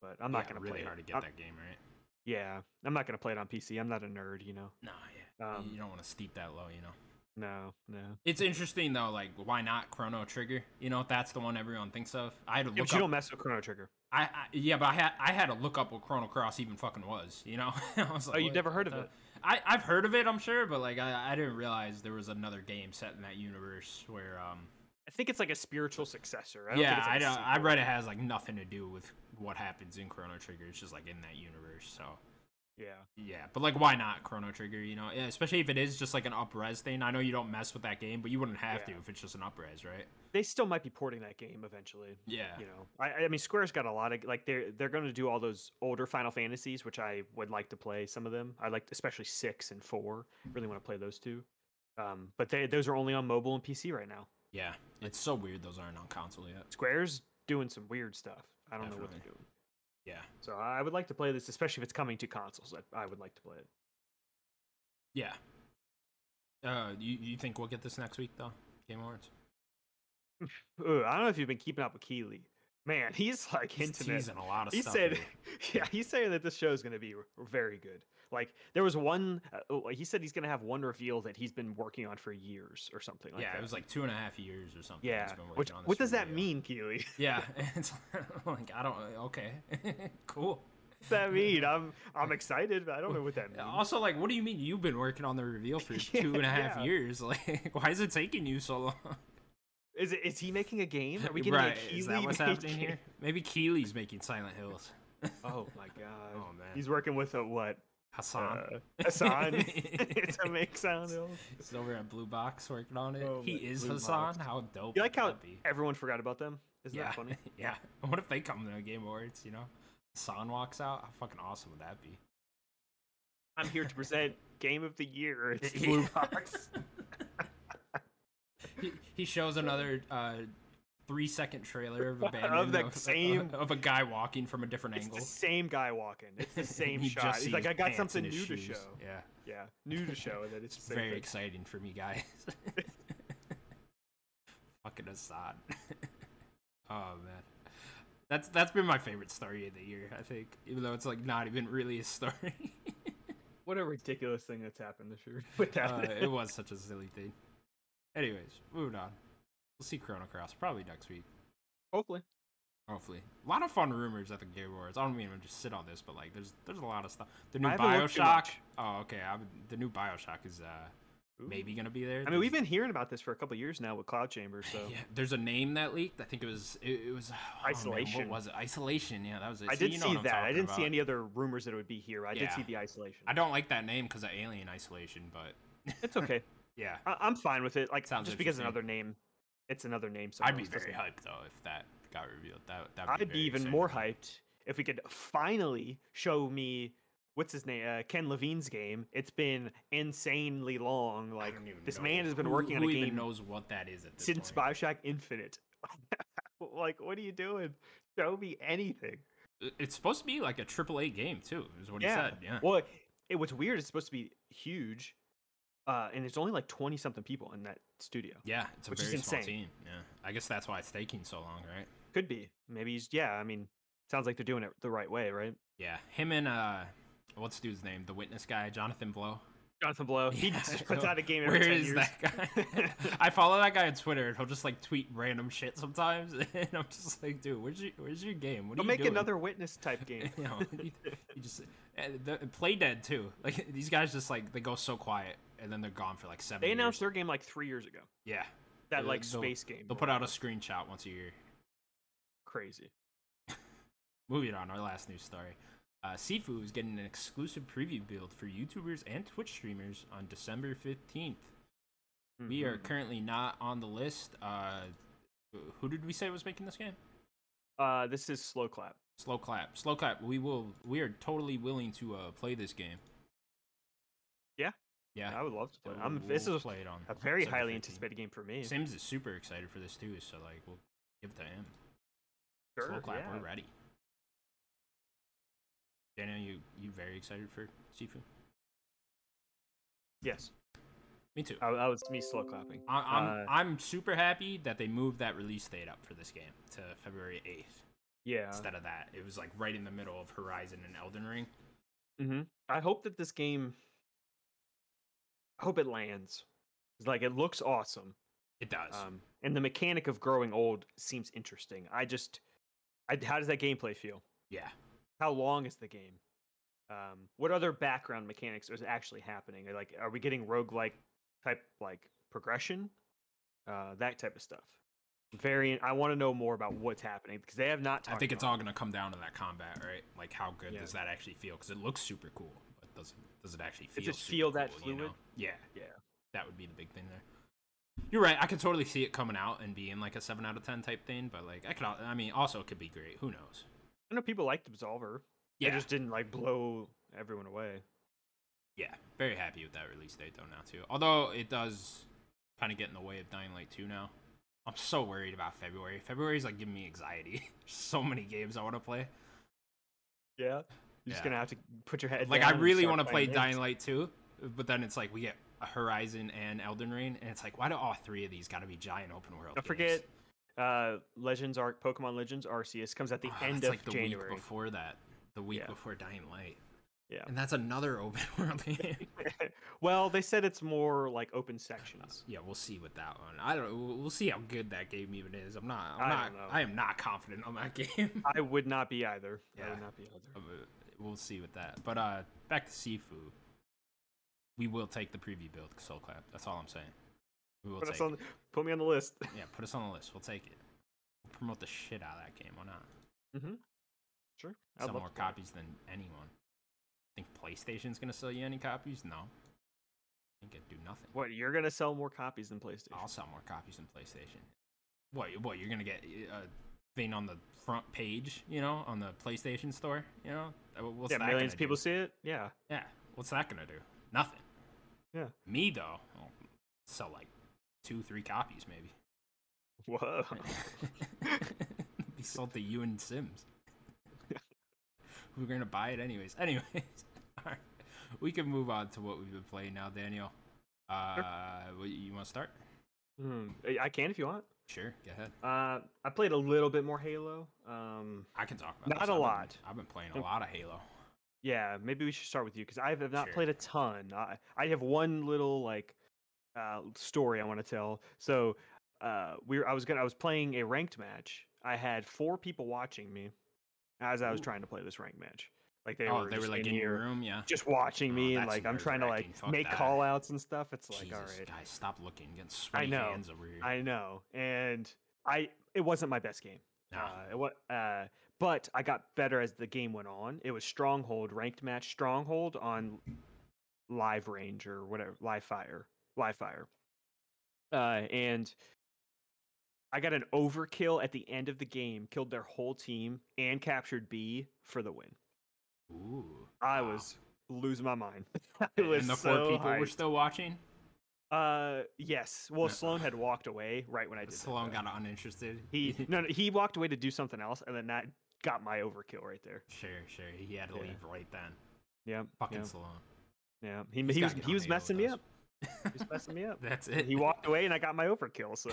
B: But I'm not
A: Yeah,
B: going
A: really
B: play
A: hard
B: it.
A: to get
B: I'm-
A: that game right.
B: yeah, I'm not gonna play it on PC. I'm not a nerd, you know.
A: Nah, yeah.
B: Um,
A: you don't want to steep that low, you know.
B: No, no.
A: It's interesting though, like why not Chrono Trigger? You know, that's the one everyone thinks of. I had to look
B: Yeah, but you
A: up
B: don't mess with Chrono Trigger.
A: I, I yeah, but I had I had to look up what Chrono Cross even fucking was. You know, I was like,
B: Oh, you've
A: what
B: never heard
A: the-
B: of it?
A: I I've heard of it, I'm sure, but like I, I didn't realize there was another game set in that universe where um
B: I think it's like a spiritual successor. I don't think
A: yeah
B: it's like
A: I
B: a
A: don't, I
B: sequel.
A: read it has like nothing to do with what happens in Chrono Trigger. It's just like in that universe. So
B: Yeah,
A: yeah, but like why not Chrono Trigger? You know, yeah, especially if it is just like an upres thing. I know you don't mess with that game, but you wouldn't have
B: Yeah.
A: to if it's just an upres, right?
B: they still might be porting that game eventually.
A: Yeah,
B: You know, I, I mean, Square's got a lot of like they're they're going to do all those older Final Fantasies, which I would like to play. Some of them, I like especially six and four. Really want to play those two. Um, but they those are only on mobile and PC right now.
A: yeah. It's so weird those aren't on console yet.
B: Square's doing some weird stuff. I don't know what
A: Definitely.
B: they're doing.
A: Yeah.
B: So I would like to play this, especially if it's coming to consoles. I, I would like to play it.
A: Yeah. Uh, you you think we'll get this next week though? Game Awards.
B: Ooh, I don't know if you've been keeping up with Keeley. Man, he's like
A: He's
B: hinting at.
A: teasing a lot of
B: He
A: stuff.
B: said,
A: here.
B: "Yeah, he's saying that this show is going to be r- very good." Like there was one. Uh, oh, he said he's going to have one reveal that he's been working on for years or something like
A: yeah,
B: that.
A: it was like two and a half years or something.
B: yeah.
A: he's been working
B: Which,
A: on this
B: what does that
A: video.
B: mean, Keeley?
A: Yeah, it's like I don't. Okay, cool.
B: What's that mean? I'm I'm excited, but I don't know what that means.
A: Also, like, what do you mean you've been working on the reveal for two and a half
B: Yeah.
A: years? Like, why is it taking you so long?
B: Is it is he making a game? Are we getting a
A: right?
B: Keeley
A: Is that what's happening
B: making-
A: here? Maybe Keeley's making Silent Hills.
B: Oh my god.
A: Oh man,
B: He's working with a what?
A: Hassan.
B: Uh, Hassan to make sound. Hills.
A: He's over at Blue Box working on it.
B: Oh
A: he
B: my-
A: is
B: Blue
A: Hassan.
B: Box.
A: How dope!
B: You like
A: would
B: how
A: that be?
B: everyone forgot about them? Isn't
A: yeah,
B: that funny?
A: yeah. What if they come to the Game Awards? You know, Hassan walks out. How fucking awesome would that be?
B: I'm here to present game of the year. It's
A: Yeah.
B: Blue Box.
A: He, he shows another uh, three second trailer of abandon
B: that
A: of,
B: same-
A: of, a guy walking from a different
B: it's the
A: angle.
B: same guy walking. It's the
A: And
B: same
A: he
B: shot.
A: just
B: He's like,
A: sees
B: I got
A: pants and
B: something new
A: his
B: to
A: shoes."
B: show.
A: Yeah,
B: Yeah, new to show, and then it's the
A: it's
B: same
A: very
B: thing.
A: exciting for me, guys. fucking Assad. oh man. That's that's been my favorite story of the year, I think. Even though it's like not even really a story.
B: What a ridiculous thing that's happened this year without
A: uh,
B: it.
A: it was such a silly thing. Anyways, moving on. We'll see Chrono Cross probably next week.
B: Hopefully.
A: Hopefully, a lot of fun rumors at the Game Awards. I don't mean to just sit on this, but like, there's there's a lot of stuff. The new
B: I haven't looked too
A: Bioshock.
B: much.
A: Oh, okay. I'm, the new Bioshock is uh maybe gonna be there.
B: I mean,
A: There's-
B: we've been hearing about this for a couple years now with Cloud Chamber, so
A: Yeah, there's a name that leaked. I think it was it, it was oh, man,
B: Isolation.
A: what was it? Isolation. Yeah, that was it.
B: I
A: See,
B: did
A: you know
B: see
A: what I'm
B: that. I
A: talking
B: didn't see
A: about.
B: any other rumors that it would be here. I did see
A: Yeah.
B: the isolation.
A: I don't like that name because of Alien Isolation, but
B: It's okay.
A: yeah,
B: I- I'm fine with it. Like
A: Sounds
B: just because
A: interesting.
B: another name, it's another name.
A: I'd
B: somewhere
A: be
B: else doesn't-
A: very hyped though if that got revealed. That that
B: I'd be even more hyped if we could finally show me what's his name, uh, Ken Levine's game. It's been insanely long. Like this man has been working on a game
A: Even knows what that is at this
B: since
A: point.
B: Bioshock Infinite. like, what are you doing? Show me anything.
A: It- It's supposed to be like a triple A game too. Is what he said. Yeah.
B: Well, it, what's weird is it's supposed to be huge, uh, and there's only like twenty something people in that studio.
A: yeah, it's a
B: which is
A: very small
B: insane.
A: team. Yeah, I guess that's why it's taking so long, right?
B: Could be. Maybe he's. Yeah. I mean, sounds like they're doing it the right way, right?
A: Yeah, him and uh, what's dude's name? The witness guy, Jonathan Blow.
B: Jonathan Blow. He
A: Yeah,
B: just
A: I
B: puts
A: know.
B: out a game every
A: Where
B: 10
A: is
B: years.
A: that guy? I follow that guy on Twitter, and he'll just like tweet random shit sometimes, and I'm just like, dude, where's your where's your game? What
B: He'll
A: are you
B: make
A: doing?
B: another witness type game.
A: you know, you, you just and the, play dead too. Like these guys just like they go so quiet, and then they're gone for like seven.
B: They
A: years.
B: announced their game like three years ago.
A: yeah,
B: That
A: Yeah,
B: like
A: they'll-
B: space game.
A: they'll put out a screenshot once a year.
B: crazy.
A: Moving on, our last news story. Uh, Sifu is getting an exclusive preview build for YouTubers and Twitch streamers on December 15th. We are
B: Mhm.
A: currently not on the list. Uh, who did we say was making this game?
B: Uh, this is slow clap.
A: Slow clap. Slow clap. We will. We are totally willing to uh, play this game.
B: Yeah.
A: Yeah.
B: I would love to play.
A: So
B: it.
A: we'll-
B: I'm, this
A: we'll
B: is
A: play it on
B: a very
A: December
B: highly
A: 15th.
B: anticipated game for me.
A: Sims is super excited for this too, so like we'll give it to him.
B: Sure,
A: Slow clap.
B: yeah.
A: We're ready. Daniel, you you very excited for Sifu?
B: Yes,
A: Me too.
B: I, I was me slow clapping.
A: I, I'm
B: uh,
A: I'm super happy that they moved that release date up for this game to February 8th
B: Yeah.
A: instead of that. It was like right in the middle of Horizon and Elden Ring.
B: hmm I hope that this game. I hope it lands. 'Cause, Like it looks awesome,
A: It does.
B: um, and the mechanic of growing old seems interesting. I just, I, how does that gameplay feel?
A: yeah.
B: How long is the game? Um, what other background mechanics is actually happening? Are, Like, are we getting roguelike type like progression? Uh, that type of stuff. Very. I want to know more about what's happening because they have not.
A: I
B: Talked
A: think it's
B: about
A: all going to come down to that combat, right? Like how good
B: Yeah.
A: does that actually feel? Because it looks super cool, but does it does it actually feel?
B: just
A: super
B: feel that
A: cool, you know?
B: fluid?
A: Yeah,
B: Yeah.
A: That would be the big thing there. You're right. I could totally see it coming out and being like a seven out of ten type thing, but like I could. al- I mean, also it could be great. Who knows?
B: it. I know people liked Absolver.
A: Yeah,
B: They just didn't like blow everyone away.
A: yeah. Very happy with that release date though now too. Although it does kind of get in the way of Dying Light two now. I'm so worried about February. February's like giving me anxiety. so many games I want to play.
B: Yeah. You're
A: Yeah.
B: just gonna have to put your head.
A: like
B: down
A: I
B: and
A: really
B: start
A: want to play
B: playing games.
A: Dying Light 2, but then it's like we get a Horizon and Elden Ring, and it's like why do all three of these got to be giant open world?
B: Don't
A: games?
B: forget, uh, Legends Arc Pokemon Legends Arceus comes at the
A: Ah,
B: end
A: it's
B: of
A: like the
B: January.
A: week before that, the week
B: Yeah.
A: before Dying Light,
B: Yeah.
A: and that's another open world game.
B: well, they said it's more like open sections.
A: yeah, we'll see with that one. I don't. we'll- We'll see how good that game even is. I'm not. I'm
B: I
A: not.
B: don't know.
A: I am not confident on that game.
B: I would not be either. I
A: Yeah.
B: would not be either.
A: Uh, we'll see with that. But uh, back to Sifu. We will take the preview build, Soul Clap. That's all I'm saying. We will
B: Put,
A: take
B: us on,
A: it.
B: the- put me on the list.
A: Yeah, put us on the list. We'll take it. We'll promote the shit out of that game. Why not?
B: Sure. I'd
A: Sell
B: love
A: more
B: to play it.
A: copies than anyone. Think PlayStation's gonna sell you any copies? No. think it'd do nothing.
B: What you're gonna sell more copies than PlayStation?
A: I'll sell more copies than PlayStation. What? What? You're gonna get uh, a thing on the front page? You know, on the PlayStation store? You know? Uh, What's
B: yeah,
A: that
B: millions
A: gonna
B: of people
A: do?
B: see it. Yeah.
A: Yeah. What's that gonna do? Nothing.
B: Yeah.
A: Me though, I'll sell like two, three copies maybe.
B: Whoa.
A: be sold to you and Sims. We're gonna buy it anyways. Anyways, all right. we can move on to what we've been playing now, Daniel. Uh, what- you want to start?
B: Hmm. I- I can if you want.
A: Sure, go ahead.
B: Uh, I played a little bit more Halo. Um,
A: I can talk about
B: Not
A: this.
B: a
A: I've been-
B: lot.
A: I've been playing a
B: Um,
A: lot of Halo.
B: yeah, maybe we should start with you because I have not
A: Sure.
B: played a ton. I I have one little like uh, story I want to tell. So uh, we were, I was gonna I was playing a ranked match. I had four people watching me as I was
A: Ooh.
B: trying to play this ranked match. Like they
A: oh,
B: were
A: they were
B: just
A: like in your room, yeah.
B: just watching
A: Oh,
B: me and
A: that's
B: like I'm trying to like
A: nerve-wracking. Fuck
B: make
A: that.
B: call outs and stuff. It's like
A: Jesus,
B: all right.
A: guys, stop looking. Getting sweaty
B: know,
A: hands over here.
B: I know, and I it wasn't my best game.
A: Nah.
B: Uh, it wa- uh, but I got better as the game went on. It was Stronghold ranked match Stronghold on Live Range or whatever Live Fire, Live Fire, uh, and I got an overkill at the end of the game, killed their whole team, and captured B for the win.
A: Ooh.
B: I
A: wow.
B: was losing my mind. I
A: And-
B: was
A: and the
B: so
A: four people were
B: hyped.
A: still watching.
B: Uh, yes. Well,
A: No.
B: Sloan had walked away right when I did. that,
A: Sloan
B: though.
A: got uninterested.
B: He no, no, he walked away to do something else, and then that got my overkill right there.
A: sure, sure. He had to
B: Yeah.
A: leave right then.
B: Yeah,
A: Fucking
B: yeah,
A: Sloan.
B: yeah. He,
A: He's
B: he was
A: gotta get
B: he
A: on
B: was
A: Halo
B: messing me
A: with
B: up. He was
A: us.
B: messing me up.
A: That's it.
B: He walked away, and I got my overkill. So,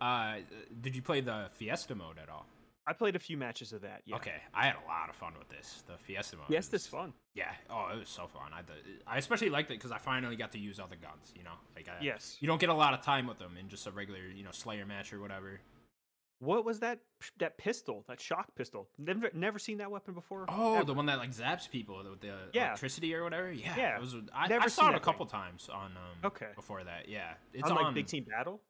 A: uh, did you play the Fiesta mode at all?
B: I played a few matches of that. Yeah.
A: Okay, I had a lot of fun with this. The Fiesta mode.
B: Yes,
A: is-
B: this fun.
A: Yeah. Oh, it was so fun. I, th- I especially liked it because I finally got to use other guns. You know, like I,
B: Yes.
A: you don't get a lot of time with them in just a regular, you know, Slayer match or whatever.
B: What was that? p- That pistol, that shock pistol. Never, never seen that weapon before.
A: Oh,
B: ever.
A: the one that like zaps people with the
B: Yeah.
A: electricity or whatever. Yeah,
B: Yeah.
A: It was, I,
B: Never
A: I saw it
B: seen
A: a
B: that thing.
A: couple times on um
B: Okay.
A: before that. Yeah, it's
B: on, like
A: on
B: big team battle.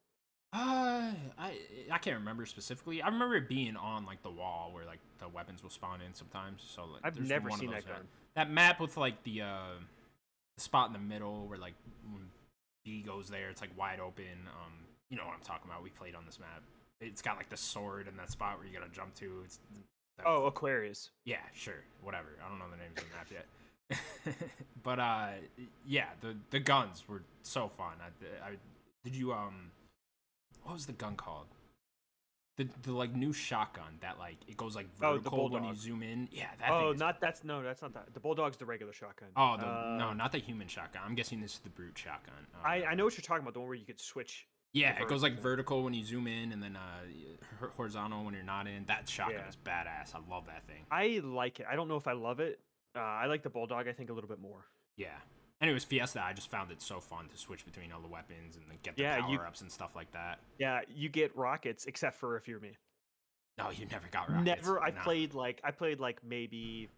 A: Uh, I I can't remember specifically. I remember it being on like the wall where like the weapons will spawn in sometimes. So like,
B: I've
A: there's
B: never
A: one of
B: seen
A: those
B: that
A: map-
B: gun.
A: That map with like the uh, the spot in the middle where like when B goes there, it's like wide open. Um, you know what I'm talking about? We played on this map. It's got like the sword in that spot where you gotta jump to. It's that-
B: Oh, Aquarius.
A: yeah, sure, whatever. I don't know the names of the map yet, but uh, yeah, the the guns were so fun. I, I did you um, what was the gun called? The the like new shotgun that like it goes like
B: Oh, the
A: vertical when you
B: Bulldog.
A: zoom in. Yeah, that. thing
B: Oh,
A: is-
B: not that's no, that's not that. The bulldog's the regular shotgun.
A: Oh the,
B: Uh,
A: no, not the human shotgun. I'm guessing this is the brute shotgun. Uh,
B: I, I know what you're talking about. The one where you could switch.
A: Yeah,
B: the
A: it goes like
B: vertical.
A: vertical when you zoom in, and then uh, hor- horizontal when you're not in. That shotgun
B: Yeah.
A: is badass. I love that thing.
B: I like it. I don't know if I love it. Uh, I like the bulldog. I think a little bit more.
A: Yeah. Anyways, Fiesta, I just found it so fun to switch between all the weapons and then get the
B: Yeah, you-
A: power ups and stuff like that.
B: Yeah, you get rockets, except for if you're me.
A: No, you never got rockets.
B: Never. I
A: No.
B: played like I played like maybe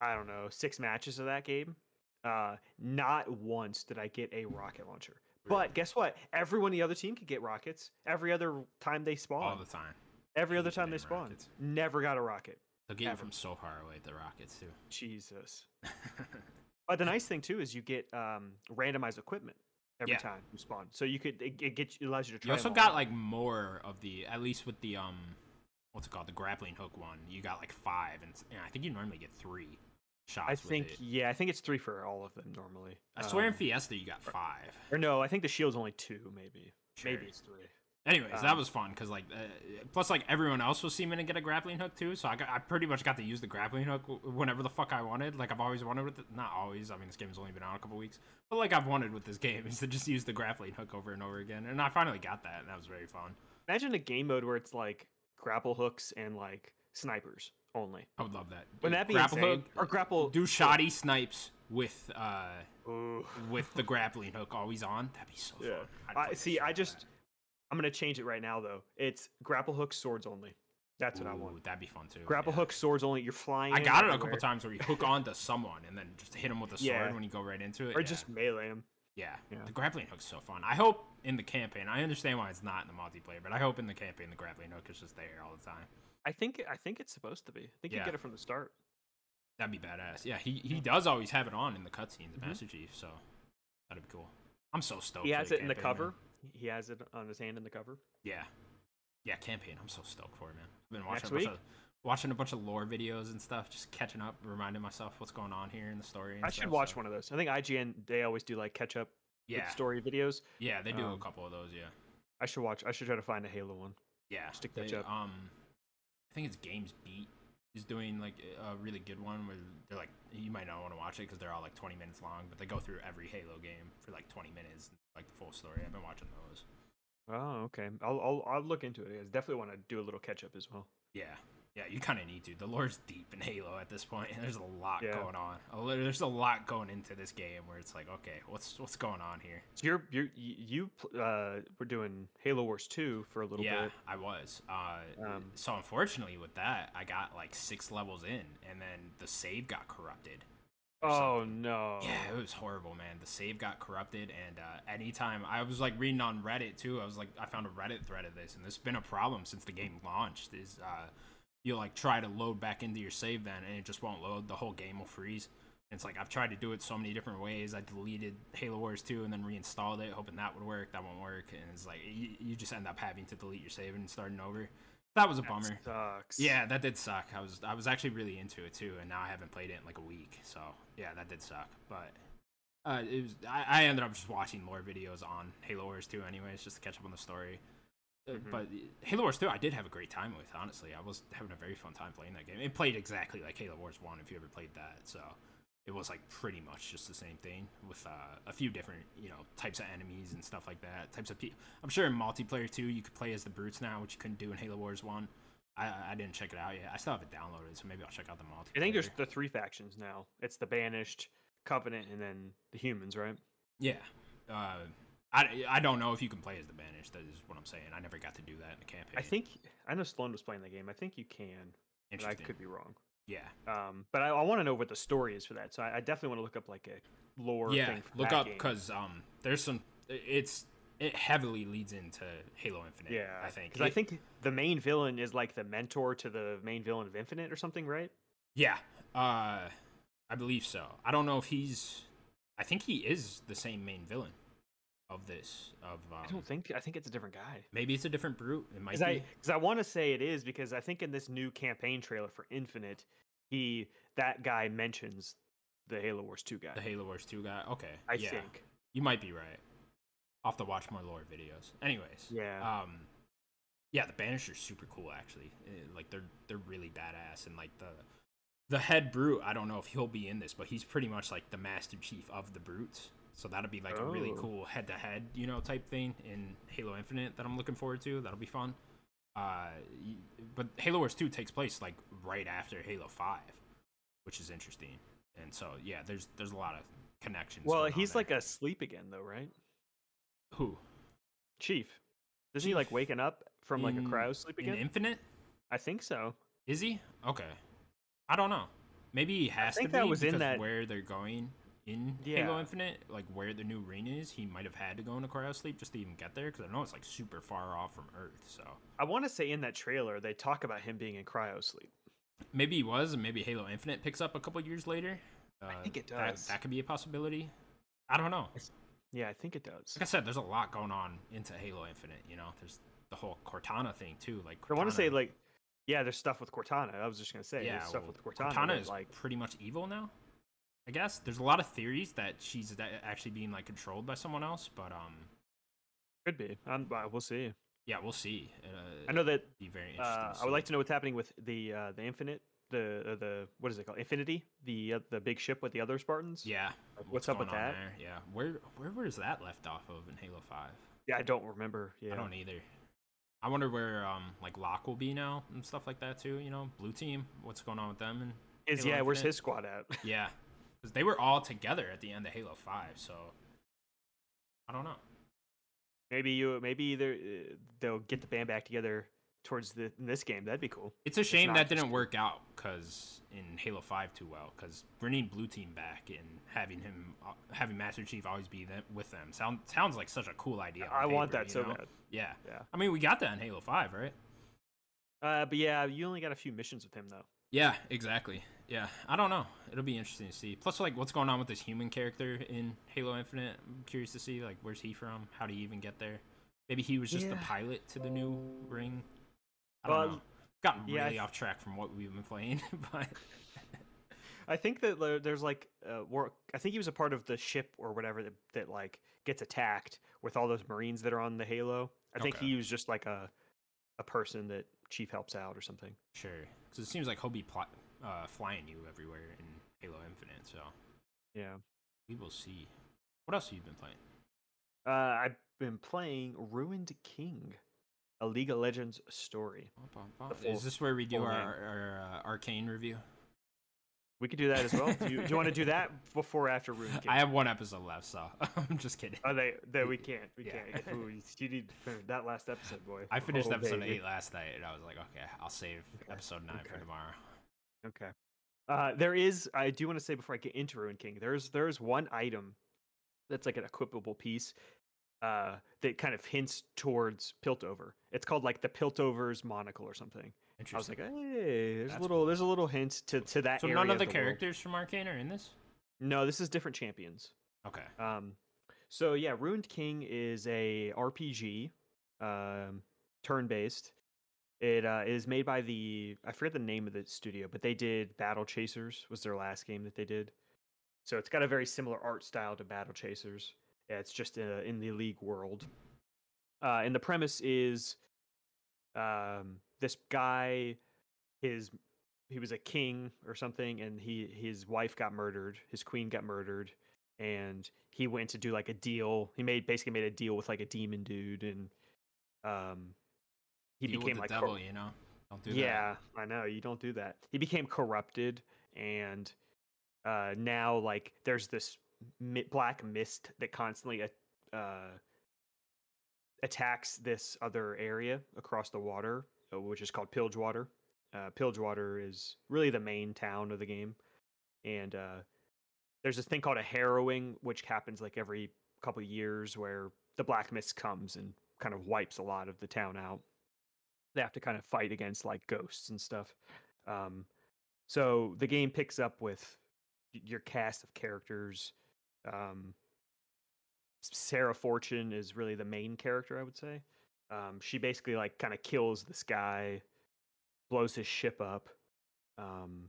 B: I don't know six matches of that game. Uh, not once did I get a rocket launcher.
A: Really?
B: But guess what? Everyone on the other team could get rockets. Every other time they
A: all
B: spawn.
A: the time.
B: every other
A: hate
B: time they
A: damn
B: spawn.
A: rockets.
B: Never got a rocket.
A: They'll get you
B: Ever.
A: from so far away the rockets too.
B: Jesus. But the nice thing too is you get um, randomized equipment every
A: Yeah. time
B: time you spawn, so you could it, it gets allows you to
A: you
B: try.
A: also got like more of the at least with the um what's it called? The grappling hook one. You got like five and, s- and I think you normally get three shots.
B: I
A: with
B: think
A: it.
B: yeah, I think it's three for all of them normally.
A: I swear in
B: Um,
A: Fiesta you got five.
B: or no, I think the shield's only two, maybe.
A: Sure.
B: Maybe it's three.
A: Anyways, that
B: Um,
A: was fun because like, uh, plus like everyone else was seeming to get a grappling hook too, so I, got, I pretty much got to use the grappling hook w- whenever the fuck I wanted. Like I've always wanted with it, not always. I mean, this game's only been out a couple weeks, but like I've wanted with this game is to just use the grappling hook over and over again, and I finally got that, and that was very fun.
B: Imagine a game mode where it's like grapple hooks and like snipers only.
A: I would love that.
B: Wouldn't that be
A: grapple
B: insane?
A: hook
B: Or grapple
A: Do shoddy snipes with uh
B: Ooh.
A: with the grappling hook always on. That'd be so fun.
B: Yeah.
A: I'd play
B: I
A: the
B: see.
A: shit out
B: I
A: of
B: just
A: that.
B: I'm gonna change it right now though. It's grapple hook swords only. That's what I want.
A: Ooh, That'd be fun too.
B: Grapple
A: yeah.
B: hook swords only. You're flying.
A: I got it a
B: everywhere,
A: couple times where you hook onto someone and then just hit them with a sword
B: Yeah.
A: when you go right into it.
B: Or
A: yeah.
B: just melee 'em.
A: yeah.
B: Yeah.
A: the grappling hook's so fun. I hope in the campaign. I understand why it's not in the multiplayer, but I hope in the campaign the grappling hook is just there all the time.
B: I think I think it's supposed to be. I think
A: Yeah.
B: you get it from the start.
A: That'd be badass. Yeah, he he does always have it on in the cutscenes, of
B: Mhm.
A: Master Chief. So that'd be cool. I'm so stoked.
B: he
A: for
B: has it in the
A: campaign, man.
B: cover. He has it on his hand in the cover.
A: Yeah, yeah, campaign. I'm so stoked for it, man. I've been watching
B: Next
A: a bunch
B: week?
A: of watching a bunch of lore videos and stuff, just catching up, reminding myself what's going on here in the story. And
B: I
A: stuff,
B: should watch
A: so-
B: one of those. I think IGN they always do like catch up
A: Yeah,
B: with story videos.
A: yeah, they do a
B: Um,
A: couple of those. Yeah.
B: I should watch. I should try to find a Halo one.
A: Yeah,
B: Just to
A: they,
B: catch up.
A: Um, I think it's games beat he's doing like a really good one where they're like you might not want to watch it because they're all like 20 minutes long, but they go through every Halo game for like 20 minutes, like the full story. I've been watching those.
B: Oh, okay. I'll I'll, I'll look into it. I definitely want to do a little catch up as well.
A: Yeah. Yeah, you kind of need to. The lore's deep in Halo at this point, and there's a lot
B: Yeah.
A: going on. A li- There's a lot going into this game where it's like, okay, what's what's going on here?
B: So you're you're y- you pl- uh were doing Halo Wars two for a little
A: yeah,
B: bit.
A: I was. Uh,
B: Um,
A: so unfortunately, with that, I got like six levels in, and then the save got corrupted. or something.
B: Oh no.
A: Yeah, it was horrible, man. The save got corrupted, and uh, anytime I was like reading on Reddit too, I was like, I found a Reddit thread of this, and this has been a problem since the game launched. Is uh, you like try to load back into your save then, and it just won't load. The whole game will freeze. And it's like I've tried to do it so many different ways. I deleted Halo Wars 2 and then reinstalled it, hoping that would work. That won't work, and it's like you, you just end up having to delete your save and starting over. That was a
B: That
A: bummer.
B: Sucks.
A: Yeah, that did suck. I was I was actually really into it too, and now I haven't played it in like a week. So yeah, that did suck. But uh, it was I, I ended up just watching lore videos on Halo Wars 2 anyways, just to catch up on the story. Uh,
B: Mhm.
A: But Halo Wars 2, I did have a great time with. Honestly, I was having a very fun time playing that game. It played exactly like Halo Wars 1, if you ever played that. So it was like pretty much just the same thing with uh, a few different you know types of enemies and stuff like that. Types of people. I'm sure in multiplayer too, you could play as the brutes now, which you couldn't do in Halo Wars 1. I, I didn't check it out yet. I still have it downloaded, so maybe I'll check out the multiplayer.
B: I think there's the three factions now. It's the Banished, Covenant, and then the humans, right?
A: yeah. Uh, I, I don't know if you can play as the banished. That is what I'm saying. I never got to do that in the campaign.
B: I think I know Sloan was playing the game. I think you can, but I
A: Interesting.
B: could be wrong.
A: yeah.
B: Um, but I, I want to know what the story is for that. So I, I definitely want to look up like a lore.
A: yeah,
B: thing for
A: look
B: that
A: up
B: game.
A: because um, there's some. It's it heavily leads into Halo Infinite.
B: yeah,
A: I think.
B: 'cause I
A: It-
B: think the main villain is like the mentor to the main villain of Infinite or something, right?
A: Yeah, uh, I believe so. I don't know if he's. I think he is the same main villain of this. Of um,
B: I don't think. I think it's a different guy.
A: maybe it's a different brute. It might
B: Because
A: be.
B: I, 'cause I want to say it is because I think in this new campaign trailer for Infinite, he that guy mentions the Halo Wars two guy.
A: The Halo Wars 2 guy. Okay.
B: I
A: yeah.
B: think.
A: You might be right. I'll have to watch more lore videos. Anyways.
B: Yeah.
A: Um Yeah, the Banisher's super cool actually. Eh, Like they're they're really badass and like the the head brute, I don't know if he'll be in this, but he's pretty much like the master chief of the brutes. So that'll be like a really
B: Oh.
A: cool head to head, you know, type thing in Halo Infinite that I'm looking forward to. That'll be fun. Uh y- but Halo Wars 2 takes place like right after Halo 5, which is interesting. And so yeah, there's there's a lot of connections.
B: well,
A: going on
B: he's
A: there.
B: like asleep again though, right?
A: who?
B: Chief. Isn't he like
A: Chief Mm,
B: waking up from like a
A: in-
B: cryo sleep
A: In
B: again?
A: Infinite?
B: I think so.
A: Is he? Okay. I don't know. Maybe he has
B: think
A: to
B: that
A: be
B: was in
A: because
B: that-
A: where they're going in Halo
B: Yeah.
A: Infinite, like where the new ring is, he might have had to go into cryo sleep just to even get there because I know it's like super far off from Earth. So
B: I want to say in that trailer they talk about him being in cryo sleep.
A: maybe he was, and maybe Halo Infinite picks up a couple years later. Uh,
B: think it
A: that-
B: does.
A: That, could be a possibility. I don't know.
B: Yeah, I think it does.
A: Like I said, there's a lot going on into Halo Infinite. You know, there's the whole Cortana thing too. Like
B: I want to say
A: Cortana-
B: like, yeah, there's stuff with Cortana. I was just gonna say there's stuff
A: well,
B: with Cortana. that,
A: is
B: like,
A: pretty much evil now. I guess there's a lot of theories that she's a- actually being like controlled by someone else, but um,
B: could be. Um, uh, we'll see.
A: yeah, we'll see. Uh,
B: I know that
A: be very interesting.
B: uh,
A: to
B: I would like
A: see.
B: to know what's happening with the uh, the Infinite, the uh, the what is it called? Infinity, the uh, the big ship with the other Spartans.
A: Yeah,
B: what's up
A: going
B: with
A: on
B: that?
A: There? Yeah, where where was that left off of in Halo Five?
B: Yeah, I don't remember. Yeah,
A: I don't either. I wonder where um like Locke will be now and stuff like that too. You know, Blue Team, what's going on with them? And
B: is
A: Halo
B: yeah, where's
A: e-, Infinite.
B: his squad at?
A: yeah, because they were all together at the end of Halo Five, so I don't know.
B: maybe you maybe they're, uh, they'll get the band back together towards the in this game. That'd be cool.
A: It's a shame
B: not
A: that
B: just-
A: didn't work out because in Halo Five too well because bringing Blue Team back and having him uh, having Master Chief always be them, with them sound sounds like such a cool idea. on
B: I want
A: paper,
B: that
A: you
B: so
A: know?
B: bad.
A: Yeah,
B: Yeah.
A: I mean, we got that in Halo Five, right?
B: Uh, but yeah, you only got a few missions with him though.
A: Yeah, exactly. Yeah, I don't know. It'll be interesting to see. Plus, like, what's going on with this human character in Halo Infinite? I'm curious to see like where's he from? How did he even get there? Maybe he was just the
B: Yeah.
A: pilot to the new ring. I don't
B: Well,
A: know. Gotten
B: yeah, I
A: really
B: th-
A: off track from what we've been playing, but
B: I think that there- there's like uh, work. I think he was a part of the ship or whatever that, that like gets attacked with all those Marines that are on the Halo. I think
A: Okay.
B: he was just like a a person that Chief helps out or something.
A: Sure. Because it seems like he'll be pl- uh, flying you everywhere in Halo Infinite. So
B: Yeah.
A: we will see. What else have you been playing?
B: Uh, I've been playing Ruined King, a League of Legends story.
A: Bum, bum, bum.
B: The full-
A: Is this where we do
B: full
A: our,
B: name.
A: our uh, arcane review?
B: We could do that as well. Do you, do you want to do that before or after Ruined King?
A: I have one episode left, so I'm just kidding.
B: Oh, they, they, we can't. We
A: Yeah.
B: can't. Ooh, you- you need to finish that last episode, boy.
A: I finished
B: Oh,
A: episode
B: baby.
A: eight last night, and I was like, okay, I'll save
B: Okay,
A: episode nine for
B: okay.
A: tomorrow.
B: Okay. Uh, there is. I do want to say before I get into Ruin King, there's there's one item that's like an equipable piece uh, that kind of hints towards Piltover. It's called like the Piltover's monocle or something. I was
A: Interesting.
B: like, hey, there's
A: That's
B: a little
A: cool.
B: there's a little hint to to that.
A: so
B: area
A: none of the,
B: world.
A: characters from Arcane are in this.
B: No, this is different champions.
A: Okay.
B: Um, so yeah, Ruined King is a RPG, um, turn-based. It uh, is made by the I forget the name of the studio, but they did Battle Chasers was their last game that they did. So it's got a very similar art style to Battle Chasers. Yeah, it's just uh, in the League world, uh, and the premise is um, this guy, his he was a king or something, and he his wife got murdered, his queen got murdered, and he went to do like a deal. He made basically made a deal with like a demon dude, and um, he
A: Deal with
B: became
A: the
B: like cor-
A: devil, you know. Don't do that.
B: yeah, I know you don't do that. He became corrupted, and uh, now like there's this mi- black mist that constantly a- uh, attacks this other area across the water, uh, which is called Pilgewater. Uh, Pilgewater is really the main town of the game, and uh, there's this thing called a harrowing, which happens like every couple years, where the black mist comes and kind of wipes a lot of the town out they have to kind of fight against like ghosts and stuff. Um, so the game picks up with y- your cast of characters. Um, S- Sarah Fortune is really the main character, I would say. Um, she basically like kind of kills this guy, blows his ship up, um,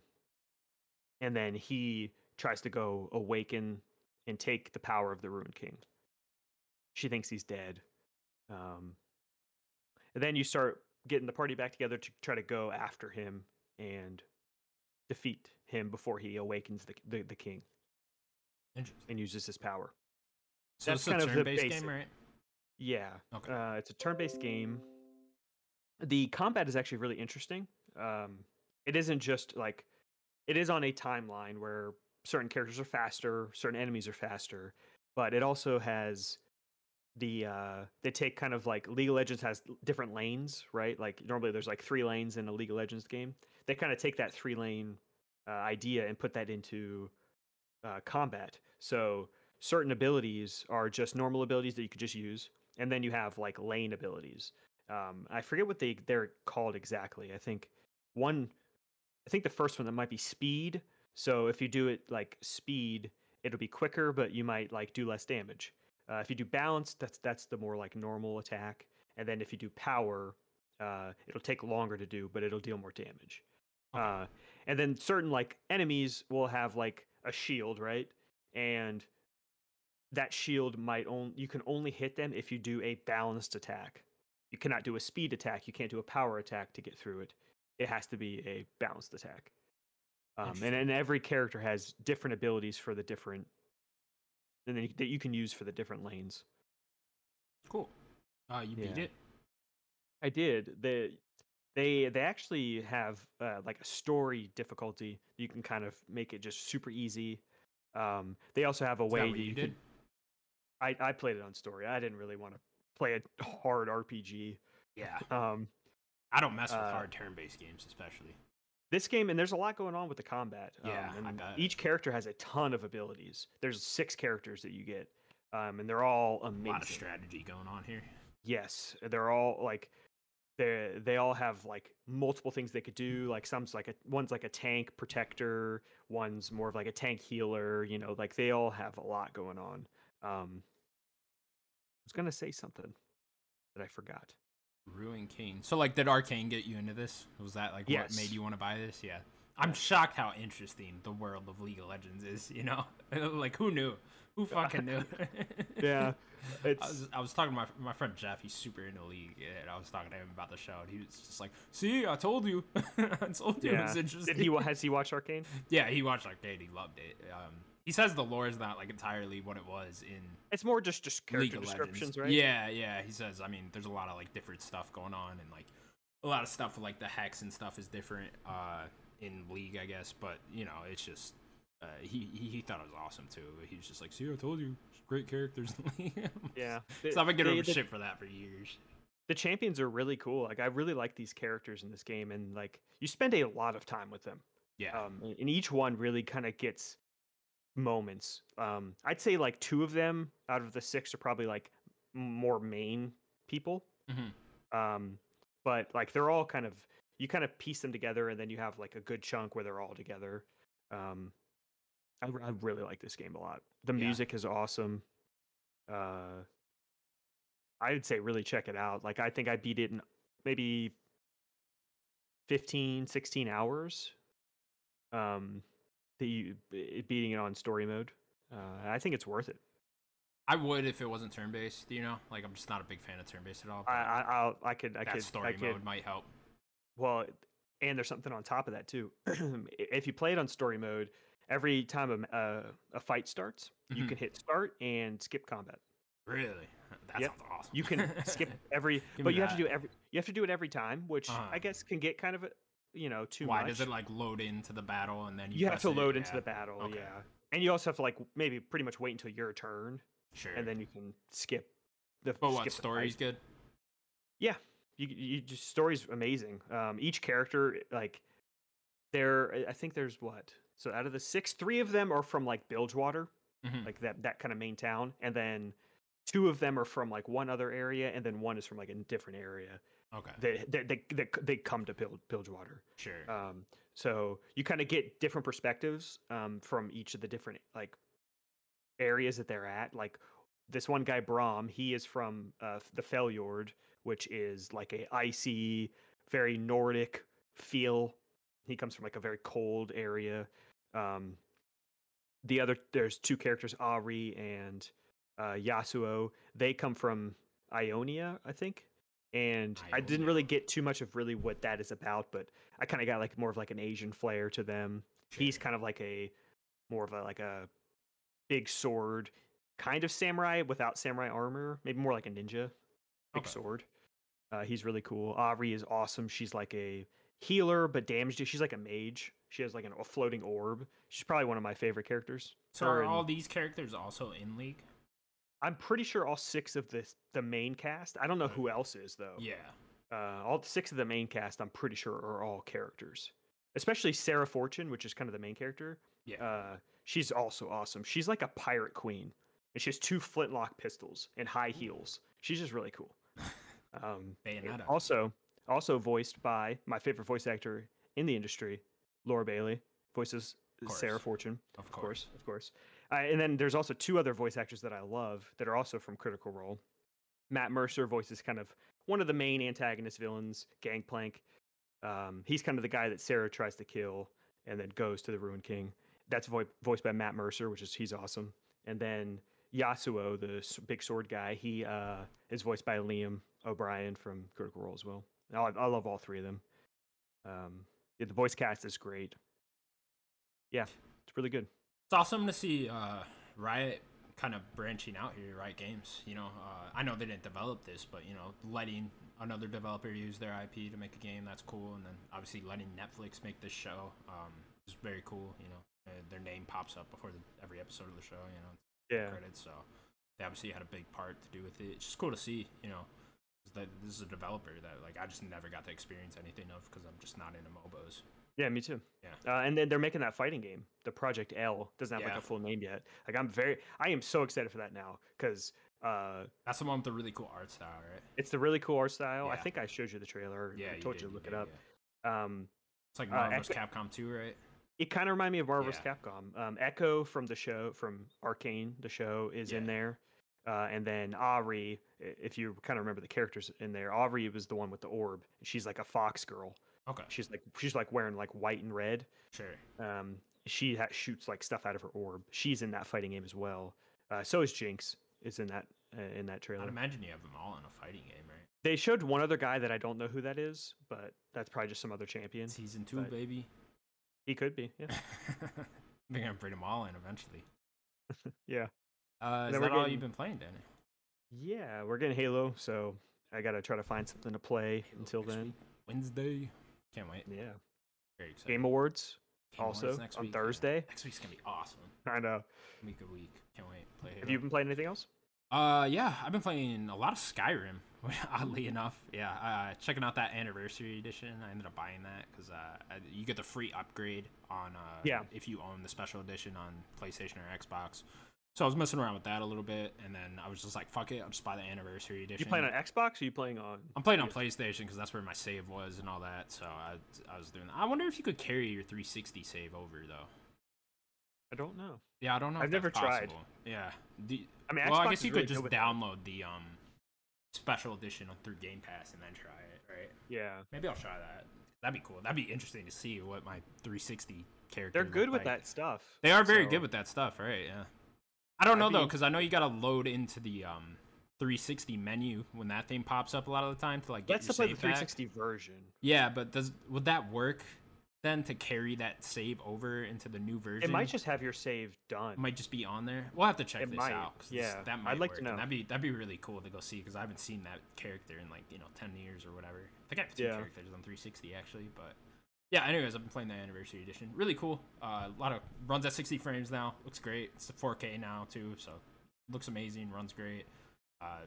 B: and then he tries to go awaken and take the power of the Ruined King. She thinks he's dead. Um, and then you start getting the party back together to try to go after him and defeat him before he awakens the the, the king
A: Interesting.
B: and uses his power.
A: So
B: that's
A: it's a
B: kind of the
A: turn-based game,
B: basic-
A: right?
B: Yeah.
A: Okay.
B: Uh, it's a turn-based game. The combat is actually really interesting. Um, it isn't just like it is on a timeline where certain characters are faster, certain enemies are faster, but it also has the uh, they take kind of like League of Legends has l- different lanes, right? Like normally there's like three lanes in a League of Legends game. They kind of take that three lane uh, idea and put that into uh, combat. So certain abilities are just normal abilities that you could just use, and then you have like lane abilities. Um, I forget what they they're called exactly. I think one, I think the first one that might be speed. So if you do it like speed, it'll be quicker, but you might like do less damage. Uh, if you do balance, that's that's the more like normal attack, and then if you do power, uh, it'll take longer to do, but it'll deal more damage.
A: Okay.
B: Uh, and then certain like enemies will have like a shield, right? And that shield might only you can only hit them if you do a balanced attack. You cannot do a speed attack. You can't do a power attack to get through it. It has to be a balanced attack. Um, and and every character has different abilities for the different, and then you, that you can use for the different lanes.
A: Cool. Uh, you beat
B: Yeah.
A: it.
B: I did. They they they actually have uh, like a story difficulty. You can kind of make it just super easy. Um, they also have a
A: Is
B: way
A: that what
B: that
A: you,
B: you can-
A: did?
B: I, I played it on story. I didn't really want to play a hard RPG.
A: Yeah.
B: Um,
A: I don't mess with
B: Uh,
A: hard turn-based games, especially.
B: this game and there's a lot going on with the combat
A: Yeah, I
B: um, and
A: bet.
B: each character has a ton of abilities there's six characters that you get um, and they're all amazing
A: A lot of strategy going on here.
B: yes they're all like they they all have like multiple things they could do like some's like a one's like a tank protector one's more of like a tank healer you know like they all have a lot going on um i was gonna say something that i forgot
A: Ruin King. So, like, did Arcane get you into this? Was that like what made
B: Yes.
A: you want to buy this? Yeah. I'm shocked how interesting the world of League of Legends is. You know, like who knew? Who fucking knew?
B: Yeah,
A: I
B: it's
A: was, I was talking to my, my friend Jeff. He's super into League, and I was talking to him about the show, and he was just like, "See, I told you, I told you it
B: yeah.
A: was interesting."
B: Did he wa- has he watched Arcane?
A: yeah, he watched Arcade. He loved it. Um, he says the lore is not like entirely what it was in
B: It's more just just
A: League
B: character
A: of
B: descriptions,
A: Legends.
B: right?
A: Yeah, yeah. He says, I mean, there's a lot of like different stuff going on, and like a lot of stuff like the hex and stuff is different uh, in League, I guess. But you know, it's just. Uh, he, he he thought it was awesome too. He was just like, "See, I told you, great characters." in the league."
B: Yeah.
A: so I've been getting
B: They-
A: over
B: the-
A: shit for that for years.
B: the champions are really cool. Like I really like these characters in this game, and like you spend a lot of time with them.
A: Yeah,
B: Um, and- and each one really kind of gets moments. Um, I'd say like two of them out of the six are probably like m- more main people.
A: Mhm.
B: Um, but like they're all kind of you kind of piece them together, and then you have like a good chunk where they're all together. Um, I, r- I really like this game a lot. The
A: Yeah.
B: music is awesome. Uh, I would say really check it out. Like I think I beat it in maybe 15, 16 hours. Um, that you b- beating it on story mode. Uh, I think it's worth it.
A: I would if it wasn't turn based. You know, like I'm just not a big fan of turn based at all. but
B: I I I'll, I could I
A: that
B: could I
A: story
B: could
A: mode might help.
B: well, and there's something on top of that too. I- if you play it on story mode, every time a m- uh, a fight starts, you
A: Mhm.
B: can hit start and skip combat.
A: Really, that
B: Yep.
A: sounds awesome.
B: You can skip every,
A: Give
B: but
A: me
B: you have to
A: that.
B: do every you have to do it every time, which
A: Uh-huh.
B: I guess can get kind of a- you know too
A: Why
B: much.
A: does it like load into the battle and then you,
B: you have
A: press
B: to
A: it?
B: load into
A: Yeah,
B: the battle,
A: Okay.
B: yeah. And you also have to like w- maybe pretty much wait until your turn,
A: Sure.
B: and then you can skip the.
A: but
B: skip
A: what
B: the fight.
A: story's good?
B: you, you just story's amazing. Um, each character like there, I- I think there's what. So out of the six, three of them are from like Bilgewater,
A: Mhm.
B: like that that kind of main town, and then two of them are from like one other area, and then one is from like a different area.
A: Okay.
B: They they they, they, c- they come to Bil- Bilgewater.
A: Sure.
B: Um, so you kind of get different perspectives um, from each of the different like areas that they're at. Like this one guy Brom, he is from uh, f- the Feljord, which is like a icy, very Nordic feel. He comes from like a very cold area. Um, the other there's two characters, Ari and uh, Yasuo. They come from Ionia, I think. And I didn't
A: Ionia.
B: really get too much of really what that is about, but I kind of got like more of like an Asian flair to them. He's
A: Sure.
B: kind of like a more of a like a big sword kind of samurai without samurai armor, maybe more like a ninja big
A: Okay.
B: sword. Uh, he's really cool. Aubrey is awesome. She's like a healer, but damage. deal- She's like a mage. She has like an, a floating orb. She's probably one of my favorite characters.
A: So are
B: Her
A: all
B: and-
A: these characters also in League?
B: I'm pretty sure all six of the the main cast. I don't know who else is though.
A: Yeah.
B: Uh, all six of the main cast, I'm pretty sure, are all characters. Especially Sarah Fortune, which is kind of the main character.
A: Yeah.
B: Uh, she's also awesome. She's like a pirate queen, and she has two flintlock pistols and high heels. She's just really cool. Um, and
A: Bayonetta.
B: Also, also voiced by my favorite voice actor in the industry, Laura Bailey, voices
A: Of
B: Sarah
A: course.
B: Fortune,
A: of
B: of course, of course. Uh, and then there's also two other voice actors that I love that are also from Critical Role. Matt Mercer voices kind of one of the main antagonist villains, Gangplank. Um, he's kind of the guy that Sarah tries to kill and then goes to the Ruined King. That's vo- voiced by Matt Mercer, which is he's awesome. And then Yasuo, the s- big sword guy, he uh, is voiced by Liam O'Brien from Critical Role as well. And I, I love all three of them. Um, yeah, the voice cast is great. Yeah, it's really good.
A: It's awesome to see uh, Riot kind of branching out here, Riot Games. You know, uh, I know they didn't develop this, but you know, letting another developer use their IP to make a game that's cool, and then obviously letting Netflix make this show um, is very cool. You know, uh, their name pops up before the, every episode of the show. You know,
B: Yeah.
A: credits, so they obviously had a big part to do with it. It's just cool to see, you know, 'cause that this is a developer that like I just never got to experience anything of because I'm just not into MOBOs.
B: Yeah, me too.
A: Yeah.
B: Uh, and then they're making that fighting game. The Project L doesn't have
A: Yeah.
B: like a full name yet. Like I'm very, I am so excited for that now because uh,
A: That's the one with the really cool art style, right?
B: it's the really cool art style. I
A: Yeah.
B: think I showed you the trailer.
A: Yeah,
B: I told you,
A: did,
B: to look it
A: did,
B: up.
A: yeah.
B: Um,
A: It's like
B: Uh,
A: Marvel vs.
B: Echo-
A: Capcom 2, right?
B: it kind of reminded me of Marvel's
A: Yeah.
B: Capcom. Um, Echo from the show, from Arcane, the show is in
A: Yeah.
B: there. Uh, and then Aubrey, i- if you kind of remember the characters in there, Aubrey was the one with the orb. She's like a fox girl.
A: Okay,
B: She's like she's like wearing like white and red.
A: sure.
B: Um, she ha- shoots like stuff out of her orb. She's in that fighting game as well. Uh, so is Jinx is in that uh, in that trailer.
A: I'd imagine you have them all in a fighting game, right?
B: They showed one other guy that I don't know who that is, but that's probably just some other champion.
A: Season two,
B: But-
A: baby.
B: He could be. Yeah.
A: I think I'm bring them all in eventually.
B: Yeah.
A: Uh, is that
B: then we're
A: all
B: getting-
A: you've been playing, Danny?
B: Yeah, we're getting Halo, so I gotta try to find something to play
A: Halo
B: until
A: next
B: then.
A: week, Wednesday. Can't wait.
B: Yeah.
A: Very excited.
B: Game Awards
A: Game Awards
B: also on
A: yeah.
B: Thursday.
A: Next week's gonna be awesome.
B: I know.
A: Week a week. Can't wait. to Play.
B: Have
A: Halo.
B: you been playing anything else?
A: Uh, yeah, I've been playing a lot of Skyrim. Oddly enough, yeah, uh, checking out that anniversary edition. I ended up buying that because uh, I- you get the free upgrade on uh,
B: Yeah.
A: if you own the special edition on PlayStation or Xbox. So I was messing around with that a little bit, and then I was just like, "Fuck it, I'll just buy the anniversary edition."
B: You playing on Xbox or you playing on
A: I'm playing on PlayStation because that's where my save was and all that. So I, I was doing. That. I wonder if you could carry your 360 save over though.
B: I don't know.
A: Yeah, I don't know.
B: I've
A: if that's
B: never tried.
A: possible. Yeah. Do-
B: I mean,
A: well,
B: Xbox
A: I guess
B: is
A: you
B: really
A: could just
B: good with that.
A: download the um special edition on- through Game Pass and then try it, right?
B: Yeah.
A: Maybe I'll try that. That'd be cool. That'd be interesting to see what my 360 character.
B: They're
A: looked
B: good with
A: like.
B: that stuff.
A: They are very
B: so-
A: good with that stuff, right? Yeah. I don't know
B: That'd
A: though,
B: be-
A: because I know you gotta load into the um 360 menu when that thing pops up a lot of the time to like get
B: Let's
A: your
B: play the
A: save back.
B: 360 version.
A: Yeah, but does would that work then to carry that save over into the new version?
B: It might just have your save done.
A: It might just be on there. We'll have to check
B: It
A: this
B: might,
A: out. 'cause this-
B: yeah.
A: that
B: I'd
A: might
B: like to
A: work, and
B: know.
A: That'd be that'd be really cool to go see because I haven't seen that character in like you know ten years or whatever. I think I have two
B: Yeah.
A: characters on 360 actually, but yeah. Anyways, I've been playing the anniversary edition. Really cool. Uh, a lot of runs at 60 frames now. Looks great. It's 4K now too, so looks amazing. Runs great. Uh,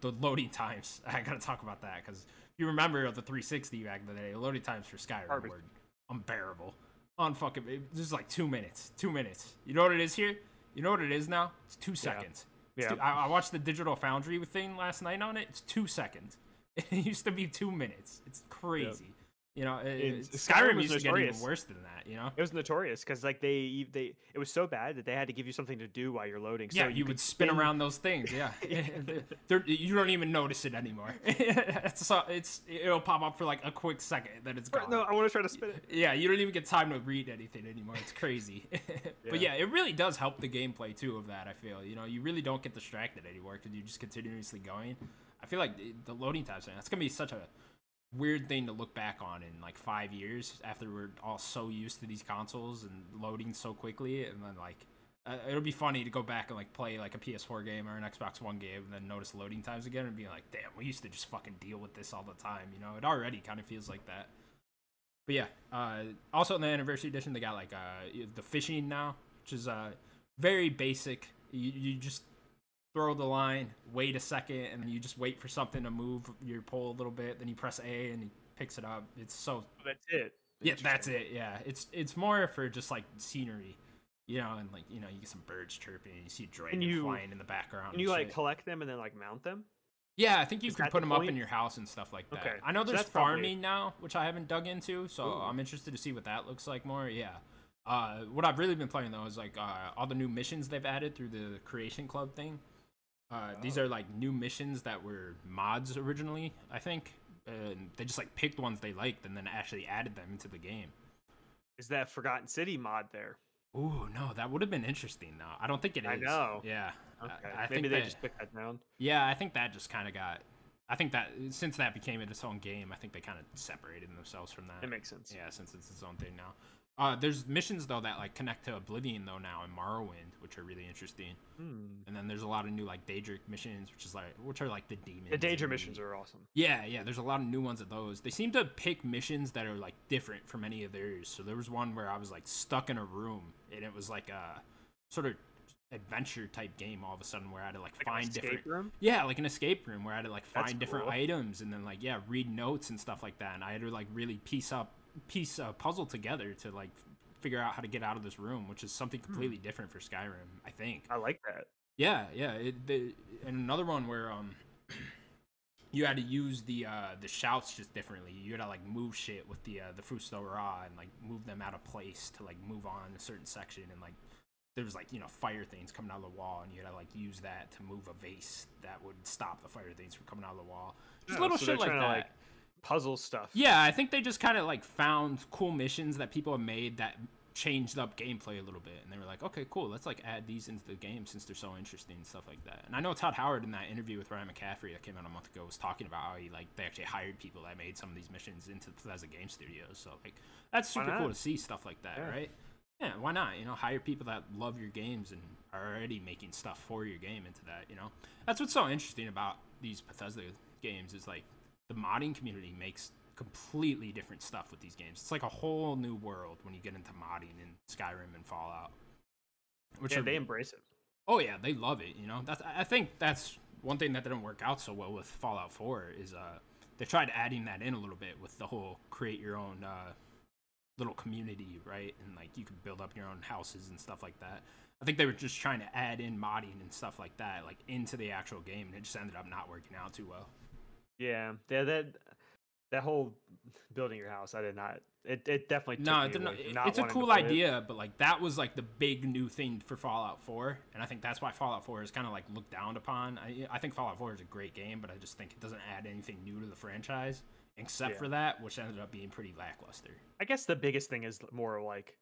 A: the loading times. I gotta talk about that because you remember the 360 back in the day. The loading times for Skyrim
B: Garbage.
A: were unbearable. Unfucking. it- This is like two minutes. Two minutes. You know what it is here? You know what it is now? It's two seconds. It's
B: Yeah.
A: two- I, I watched the Digital Foundry thing last night on it. It's two seconds. It used to be two minutes. It's crazy. You know, it,
B: It's-
A: it-
B: Skyrim
A: Skyrim,
B: was
A: used to get even
B: notorious.
A: worse than that. You know.
B: It was notorious because like they e- they it was so bad that they had to give you something to do while you're loading.
A: yeah,
B: so
A: you,
B: could
A: would spin,
B: spin
A: around those things. Yeah, They're- you don't even notice it anymore. so it's it'll pop up for like a quick second, then it's
B: Or-
A: gone.
B: No, I want to try to spin it.
A: Yeah, you don't even get time to read anything anymore. It's crazy. but yeah,
B: Yeah.
A: it really does help the gameplay too of that, I feel. You know, you really don't get distracted anymore because you're just continuously going. I feel like the- the loading times, man, that's going to be such a weird thing to look back on in like five years after we're all so used to these consoles and loading so quickly. And then, like, uh, it'll be funny to go back and like play like a PS4 game or an Xbox One game and then notice loading times again and be like, damn, we used to just fucking deal with this all the time. You know, it already kind of feels like that. But yeah, uh, also in the anniversary edition, they got like uh, the fishing now, which is uh, very basic. You, you just throw the line, wait a second, and you just wait for something to move your pole a little bit. Then you press A and it picks it up. It's so
B: That's it.
A: yeah, that's it. Yeah, it's it's more for just like scenery, you know, and like you know you get some birds chirping, you see a dragon
B: you-
A: flying in the background.
B: And you
A: and
B: like
A: shit.
B: collect them and then like mount them.
A: Yeah, I think you
B: Is
A: can
B: that
A: put
B: the
A: them up
B: point?
A: in your house and stuff like that.
B: Okay,
A: I know
B: so
A: there's
B: that's probably-
A: farming now, which I haven't dug into, so
B: Ooh.
A: I'm interested to see what that looks like more. Yeah. Uh, what I've really been playing though is like uh, all the new missions they've added through the Creation Club thing. Uh, These
B: Oh.
A: are like new missions that were mods originally, I think. And they just like picked ones they liked and then actually added them into the game.
B: Is that Forgotten City mod there?
A: Ooh, no, that would have been interesting though. I don't think it is.
B: I know.
A: Yeah. I-
B: Okay.
A: I,
B: Maybe
A: think
B: they
A: that-
B: just picked that down.
A: Yeah, I think that just kind of got. I think that since that became its own game, I think they kind of separated themselves from that.
B: That makes sense.
A: Uh, Yeah, since it's its own thing now. Uh, there's missions though that like connect to Oblivion though now and Morrowind, which are really interesting.
B: Hmm.
A: And then there's a lot of new like Daedric missions, which is like which are like the demons.
B: The danger
A: and
B: missions are awesome.
A: yeah, yeah. There's a lot of new ones of those. They seem to pick missions that are like different from any of theirs. So there was one where I was like stuck in a room, and it was like a sort of adventure type game. All of a sudden, where I had to like,
B: Like an
A: find
B: escape
A: different.
B: room.
A: Yeah, like an escape room where I had to like
B: That's
A: find different
B: cool.
A: items and then like yeah, read notes and stuff like that. And I had to like really piece up piece a puzzle together to like f- figure out how to get out of this room, which is
B: Hmm.
A: something completely different for Skyrim, I think.
B: I like that.
A: Yeah, yeah. It, the, and another one where um, you had to use the uh, the shouts just differently. You had to like move shit with the uh, the Fusto Ra and like move them out of place to like move on a certain section and like there was like you know fire things coming out of the wall and you had to like use that to move a vase that would stop the fire things from coming out of the wall. Just
B: Yeah,
A: little
B: so they're
A: shit like
B: trying
A: that.
B: to, like, Puzzle stuff.
A: Yeah, I think they just kind of like found cool missions that people have made that changed up gameplay a little bit and they were like okay cool let's like add these into the game since they're so interesting and stuff like that and i know todd howard in that interview with ryan mccaffrey that came out a month ago was talking about how he like they actually hired people that made some of these missions into the Bethesda game studios so like that's
B: Why
A: super cool
B: not?
A: to see stuff like that
B: Yeah.
A: right yeah why not you know hire people that love your games and are already making stuff for your game into that you know that's what's so interesting about these bethesda games is like the modding community makes completely different stuff with these games. It's like a whole new world when you get into modding in Skyrim and Fallout. Which
B: yeah,
A: are,
B: they embrace it.
A: oh yeah, they love it. You know, that's I I think that's one thing that didn't work out so well with Fallout Four is uh they tried adding that in a little bit with the whole create your own uh little community, right? And like you could build up your own houses and stuff like that. I think they were just trying to add in modding and stuff like that, like into the actual game, and it just ended up not working out too well.
B: Yeah, yeah, that that whole building your house, I did not. It it definitely took
A: No,
B: me
A: it didn't-
B: away from
A: it-
B: not
A: it's a
B: wanting to
A: cool
B: play it.
A: idea, but like that was like the big new thing for Fallout 4, and I think that's why Fallout 4 is kind of like looked down upon. I, I think Fallout 4 is a great game, but I just think it doesn't add anything new to the franchise except
B: Yeah.
A: for that, which ended up being pretty lackluster.
B: I guess the biggest thing is more like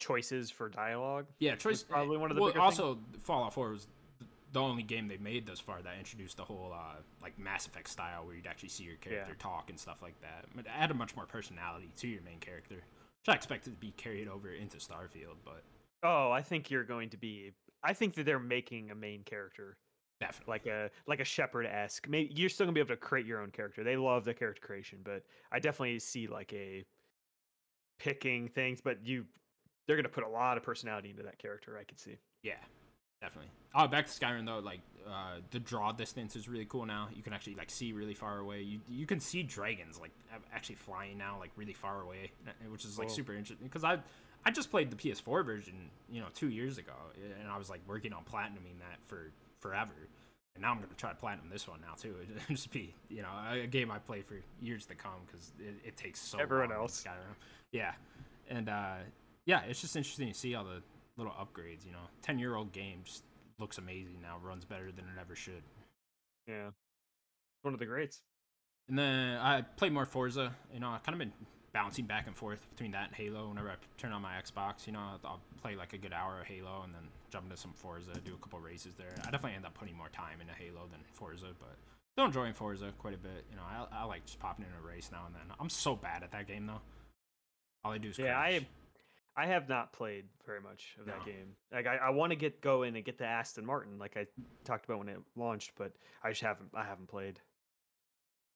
B: choices for dialogue.
A: Yeah, choice eh,
B: probably one of the
A: well,
B: bigger
A: also Fallout 4 was th- the only game they made thus far that introduced the whole uh, like Mass Effect style where you'd actually see your character talk and stuff like that. But added much more personality to your main character, which I expected to be carried over into Starfield, but
B: Oh, I think you're going to be. I think that they're making a main character
A: definitely.
B: like a like a shepherd esque. Maybe you're still gonna be able to create your own character. They love the character creation, but I definitely see like a picking things. But you, they're gonna put a lot of personality into that character. I could see.
A: Yeah, definitely. Oh, back to Skyrim though. Like uh, the draw distance is really cool now. You can actually like see really far away. You you can see dragons like a- actually flying now, like really far away, uh, which is like
B: Cool.
A: super interesting. Because I I just played the PS4 version, you know, two years ago, eh, and I was like working on platinuming that for forever. And now I'm gonna try to platinum this one now too. It'll just be you know a a game I play for years to come because it, it takes so
B: Everyone
A: long in
B: else.
A: Skyrim. Yeah, and uh, yeah, it's just interesting to see all the little upgrades. You know, ten year old game just looks amazing now, runs better than it ever should.
B: Yeah, one of the greats.
A: And then I play more Forza. You know, I've kind of been bouncing back and forth between that and Halo. Whenever I turn on my Xbox, you know, I'll- I'll play like a good hour of Halo and then jump into some Forza, do a couple races there. I definitely end up putting more time into Halo than Forza, but still enjoying Forza quite a bit. You know, I, I like just popping in a race now and then. I'm so bad at that game though. All I do is
B: Yeah, I
A: crash.
B: I have not played very much of that
A: No.
B: game. Like I, I want to get go in and get the Aston Martin, like I talked about when it launched, but I just haven't I haven't played.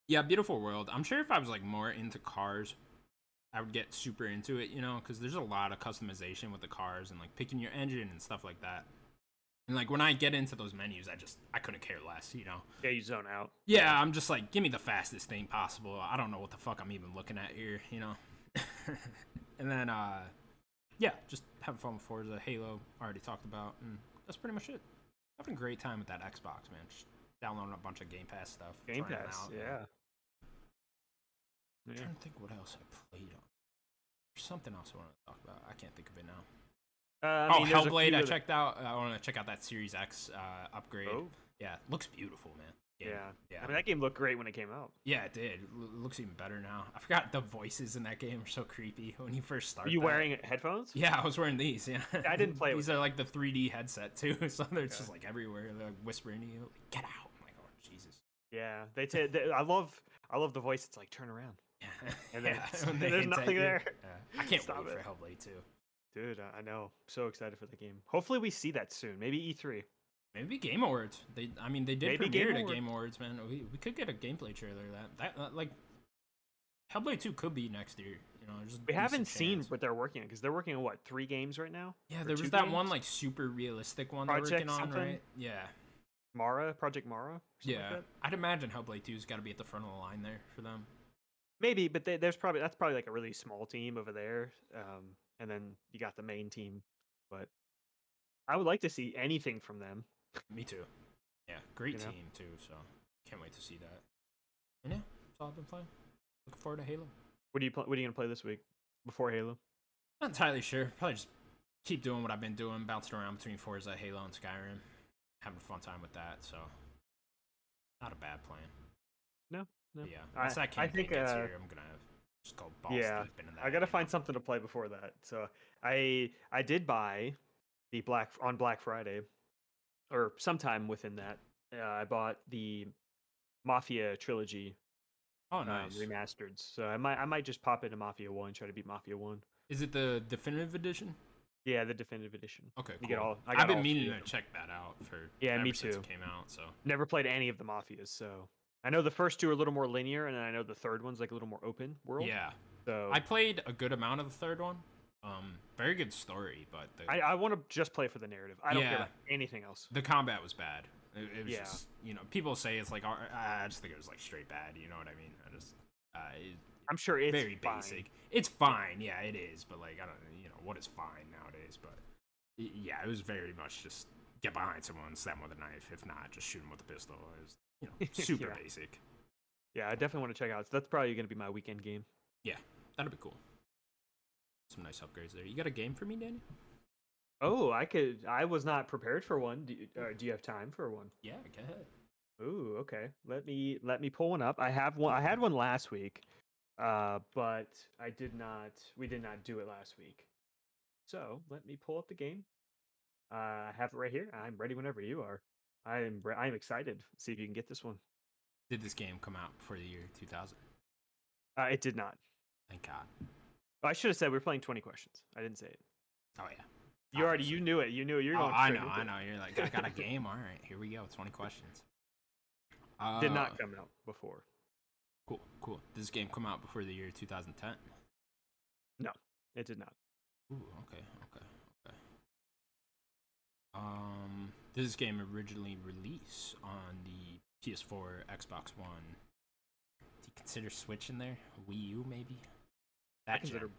A: Yeah, beautiful world. I'm sure if I was like more into cars, I would get super into it, you know, because there's a lot of customization with the cars and like picking your engine and stuff like that. And like when I get into those menus, I just I couldn't care less, you know.
B: Yeah, you zone out.
A: Yeah, I'm just like, give me the fastest thing possible. I don't know what the fuck I'm even looking at here, you know. and then, uh, yeah, just having fun with Forza, Halo, already talked about, and that's pretty much it. Having a great time with that Xbox, man. Just downloading a bunch of Game Pass stuff.
B: Game
A: trying it
B: Pass.
A: out,
B: Yeah.
A: I'm
B: Yeah.
A: trying to think what else I played on. There's something else I want to talk about. I can't think of it now.
B: Uh, I mean,
A: oh,
B: there's a
A: Hellblade!
B: few
A: I
B: other-
A: checked out. I want to check out that Series X uh, upgrade.
B: Oh,
A: Yeah, looks beautiful, man.
B: yeah.
A: yeah.
B: I mean, that game looked great when it came out.
A: Yeah, it did. L- looks even better now. I forgot the voices in that game are so creepy when you first start.
B: Are you
A: that.
B: wearing headphones?
A: Yeah, I was wearing these. Yeah,
B: I didn't play with
A: these are like the 3D headset too, so they're
B: Okay.
A: just like everywhere, they're like whispering to you, like, "Get out!" I'm like, "Oh Jesus."
B: Yeah, They, t- they I love I love the voice. It's like turn around,
A: Yeah,
B: And then
A: Yeah,
B: it's-
A: when they
B: there's
A: hint at
B: nothing
A: you.
B: there.
A: Yeah. I can't
B: Stop
A: wait
B: it.
A: for Hellblade 2.
B: dude. I, I know. So excited for the game. Hopefully, we see that soon. Maybe E E3.
A: Maybe Game Awards. They, I mean, they did
B: Maybe
A: premiere
B: Game
A: it at Game Awards, man. We, we could get a gameplay trailer of that that uh, like Hellblade Two could be next year. You know, there's a
B: We
A: decent
B: haven't seen
A: chance.
B: what they're working on because they're working on what three games right now.
A: yeah,
B: or
A: there
B: two
A: was that one
B: games?
A: like super realistic one they're working
B: Project
A: on,
B: something?
A: right? Yeah,
B: Mara, Project Mara. or something like
A: yeah.
B: that?
A: I'd imagine Hellblade Two's got to be at the front of the line there for them.
B: Maybe, but they, there's probably that's probably like a really small team over there, um, and then you got the main team. But I would like to see anything from them.
A: Me too. Yeah, great
B: You know?
A: team too. So can't wait to see that. And yeah, that's all I've been playing. Looking forward to Halo.
B: What are you pl- What are you gonna play this week before Halo?
A: Not entirely sure. Probably just keep doing what I've been doing, bouncing around between Forza, Halo, and Skyrim. Having a fun time with that, so not a bad plan.
B: No, no.
A: But yeah,
B: I-
A: once
B: I
A: that campaign
B: think,
A: gets
B: uh,
A: here, I'm gonna have just go balls
B: Yeah,
A: deep into that.
B: I gotta
A: you know?
B: find something to play before that. So I I did buy the black on Black Friday, or sometime within that. Uh, I bought the Mafia trilogy
A: Oh,
B: um,
A: nice.
B: remastered. So I might I might just pop into Mafia One, try to beat Mafia One.
A: Is it the definitive edition?
B: Yeah, the definitive edition.
A: Okay,
B: You
A: cool.
B: get all- I
A: have
B: got
A: been
B: all three
A: meaning
B: of
A: to
B: them.
A: check that out for
B: Yeah, me
A: ever since
B: too.
A: It came out, so
B: Never played any of the Mafias, so I know the first two are a little more linear, and then I know the third one's like a little more open world.
A: yeah,
B: So
A: I played a good amount of the third one. Um, very good story, but the,
B: I, I want to just play for the narrative. I don't care
A: Yeah.
B: about anything else.
A: the combat was bad. It, it was
B: Yeah.
A: just you know people say it's like R- I just think it was like straight bad. You know what I mean? I just uh, it,
B: I'm sure it's
A: very
B: fine.
A: basic. It's fine, yeah, it is. But like I don't, you know, what is fine nowadays? But y- yeah, it was very much just get behind someone, stab 'em with a knife. If not, just shoot 'em with a pistol. It was you know super
B: Yeah.
A: basic.
B: Yeah, I definitely want to check out. So that's probably going to be my weekend game.
A: That'd be cool. Some nice upgrades there. You got a game for me, Daniel?
B: Oh, I could. I was not prepared for one. Do you, uh, do you have time for one?
A: Yeah, go ahead.
B: Ooh, okay. Let me let me pull one up. I have one. I had one last week, uh, but I did not. We did not do it last week. So let me pull up the game. Uh, I have it right here. I'm ready whenever you are. I am. re- I am excited. See if you can get this one.
A: Did this game come out before the year 2000?
B: Uh, it did not.
A: Thank God.
B: I should have said we are playing 20 questions. I didn't say it.
A: Oh yeah.
B: You already.
A: Obviously.
B: You knew it. You knew it. You're
A: Oh,
B: going.
A: I
B: straight
A: know,
B: into
A: I
B: it.
A: know. You're like, I got a game. All right, here we go. 20 questions. Uh,
B: Did not come out before.
A: Cool, cool. Did this game come out before the year 2010?
B: It did not.
A: Ooh, okay, okay, okay. Um, did this game originally release on the PS4, Xbox One? Do you consider Switch in there? Wii U maybe?
B: I
A: That
B: consider
A: gen,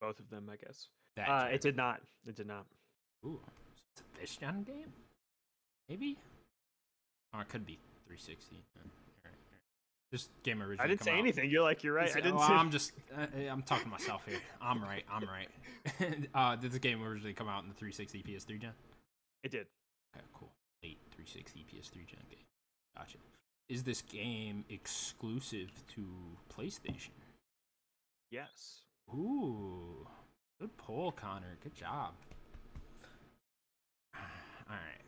B: both of them, I guess.
A: that
B: Uh,
A: gen.
B: it did not. It did not.
A: Ooh, it's a this gen game? Maybe? Or it could be 360. Uh, alright, alright. This game originally.
B: I didn't
A: come
B: say
A: out-
B: anything. You're like, you're right. I
A: Said-
B: didn't
A: well,
B: say.
A: I'm just. Uh, I'm talking to myself here. I'm right. I'm right. uh, did this game originally come out in the 360 PS3 gen?
B: It did.
A: Okay, cool. Late 360 PS3 gen game. Gotcha. Is this game exclusive to PlayStation?
B: Yes.
A: Ooh, good pull, Connor. Good job. All right.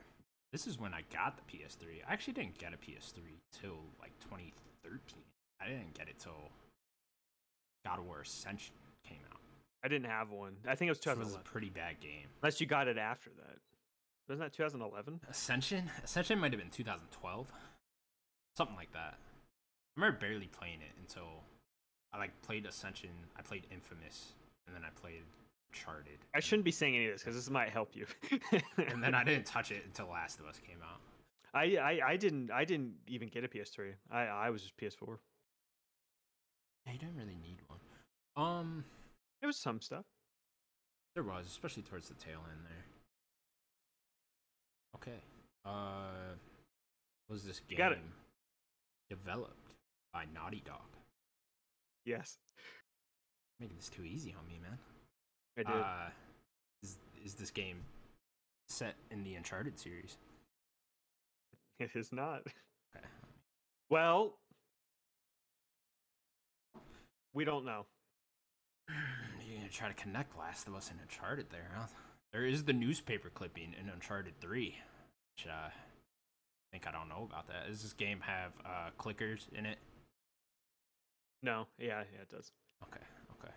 A: This is when I got the PS3. I actually didn't get a PS3 till like 2013. I didn't get it till God of War Ascension came out.
B: I didn't have one. I think it was
A: This was a
B: 2011.
A: pretty bad game.
B: Unless you got it after that. Wasn't that 2011?
A: Ascension? Ascension might have been 2012. Something like that. I remember barely playing it until I like played Ascension, I played Infamous, and then I played Charted.
B: I shouldn't be saying any of this because this might help you.
A: and then I didn't touch it until Last of Us came out.
B: I, I, I didn't. I didn't even get a PS3. I, I was just PS4.
A: Yeah, you didn't really need one. Um,
B: It was some stuff.
A: there was, especially towards the tail end there. Okay. Uh, was this game
B: got it.
A: developed by Naughty Dog?
B: Yes,
A: Making this too easy on me, man.
B: I did.
A: Uh, is is this game set in the Uncharted series?
B: it is not.
A: Okay.
B: Well, we don't know.
A: You're gonna try to connect Last of Us and Uncharted there, huh? There is the newspaper clipping in Uncharted 3, which uh, I think I don't know about that. Does this game have uh, clickers in it?
B: No. Yeah. Yeah. It does.
A: Okay, okay.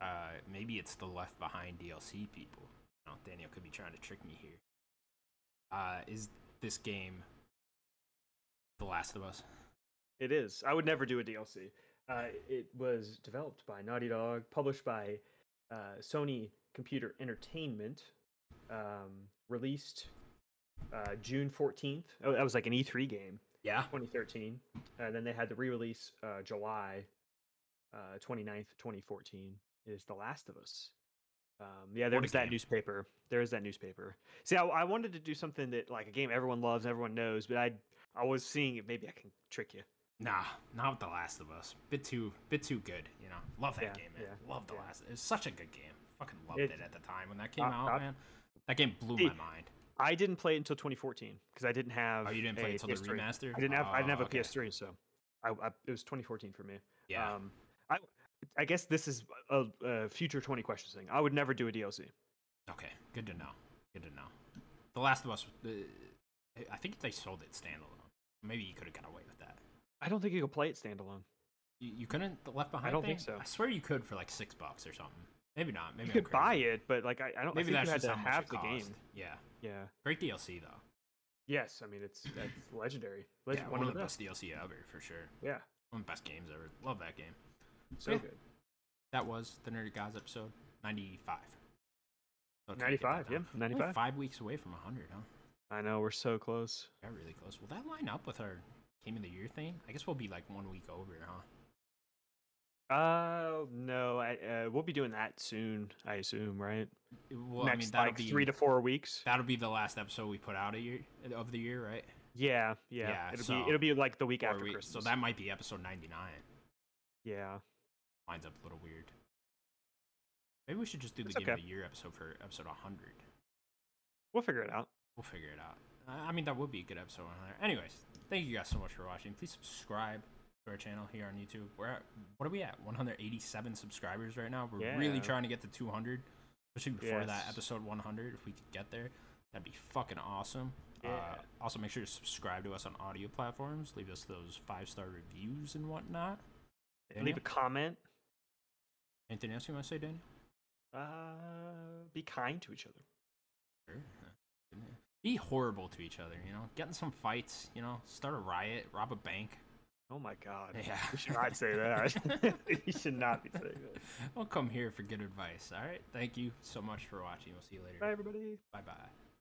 A: Uh, maybe it's the Left Behind DLC people. No, Daniel could be trying to trick me here. Uh, is this game The Last of Us?
B: It is. I would never do a DLC. Uh, it was developed by Naughty Dog, published by uh, Sony Computer Entertainment, um, released uh, June 14th. Oh, that was like an E3 game,
A: Yeah.
B: 2013. And then they had the re release uh, July uh, 29th, 2014. Is The Last of Us. Um, yeah, there
A: What a
B: was that
A: game.
B: newspaper. There is that newspaper. See, I, I wanted to do something that, like, a game everyone loves, everyone knows, but I, I was seeing if maybe I can trick you.
A: Nah, not with The Last of Us. Bit too, bit too good. You know, love that
B: Yeah,
A: game, man.
B: yeah,
A: love The
B: yeah.
A: Last. It was such a good game. Fucking loved
B: It-
A: it, at the time when that came
B: Uh,
A: out,
B: uh,
A: man. That game blew
B: See,
A: my mind.
B: I didn't play it until 2014 because I didn't have.
A: Oh, you didn't
B: a
A: play it until the
B: PS3.
A: remaster?
B: I didn't have. I didn't
A: Oh,
B: have a
A: okay.
B: PS3, so I, I, it was 2014 for me.
A: Yeah.
B: Um, I guess this is a, a future 20 questions thing. I would never do a DLC.
A: Okay, good to know. Good to know. The Last of Us, uh, I think they sold it standalone. Maybe you could have got away with that.
B: I don't think you could play it standalone.
A: You, you couldn't the Left Behind.
B: don't
A: thing?
B: think so.
A: I swear you could for like six bucks or something. Maybe not. Maybe
B: you
A: I'm
B: could
A: crazy.
B: buy it, but like I, I don't I
A: Maybe that's
B: think you had
A: just
B: to
A: how much
B: have
A: it
B: the game.
A: cost. Yeah,
B: Yeah.
A: great DLC though.
B: Yes, I mean it's that's legendary. Leg-
A: Yeah, one, of the best DLC ever for sure.
B: Yeah,
A: One of the best games ever. Love that game.
B: so
A: Yeah.
B: good.
A: That was the Nerdy Guys episode ninety five.
B: Ninety-five. Yeah, ninety-five.
A: Five weeks away from hundred, huh?
B: I know we're so close.
A: Got really close. Will that line up with our game of the year thing? I guess we'll be like one week over, huh?
B: Uh, no, I, uh, we'll be doing that soon. I assume, right?
A: Well, I
B: Next,
A: mean, that'll
B: like
A: be
B: three to four weeks.
A: that'll be the last episode we put out a year of the year, right?
B: Yeah, yeah.
A: Yeah,
B: it'll
A: so-
B: be it'll be like the week
A: Or
B: after
A: we-
B: Christmas.
A: So that might be episode ninety nine.
B: yeah,
A: Lines up a little weird. Maybe we should just do the
B: It's
A: game
B: okay.
A: of the year episode for episode hundred.
B: we'll figure it out.
A: We'll figure it out. I I mean, that would be a good episode on there. Anyways, thank you guys so much for watching. Please subscribe to our channel here on YouTube. We're at, what are we at? 187 subscribers right now. We're really
B: Yeah.
A: trying to get to 200, especially before that
B: Yes.
A: episode 100. If we could get there, that'd be fucking awesome. Uh,
B: Yeah.
A: also, make sure to subscribe to us on audio platforms. Leave us those five star reviews and whatnot.
B: And leave
A: Yeah.
B: a comment.
A: Anything else you want to say, Daniel?
B: Uh, be kind to each other.
A: Sure. Yeah. Be horrible to each other, you know? Get in some fights, you know? Start a riot, rob a bank.
B: Oh my God.
A: Yeah.
B: You should not say that. you should not be saying that.
A: Don't come here for good advice. All right. Thank you so much for watching. We'll see you later.
B: Bye, everybody.
A: Bye bye.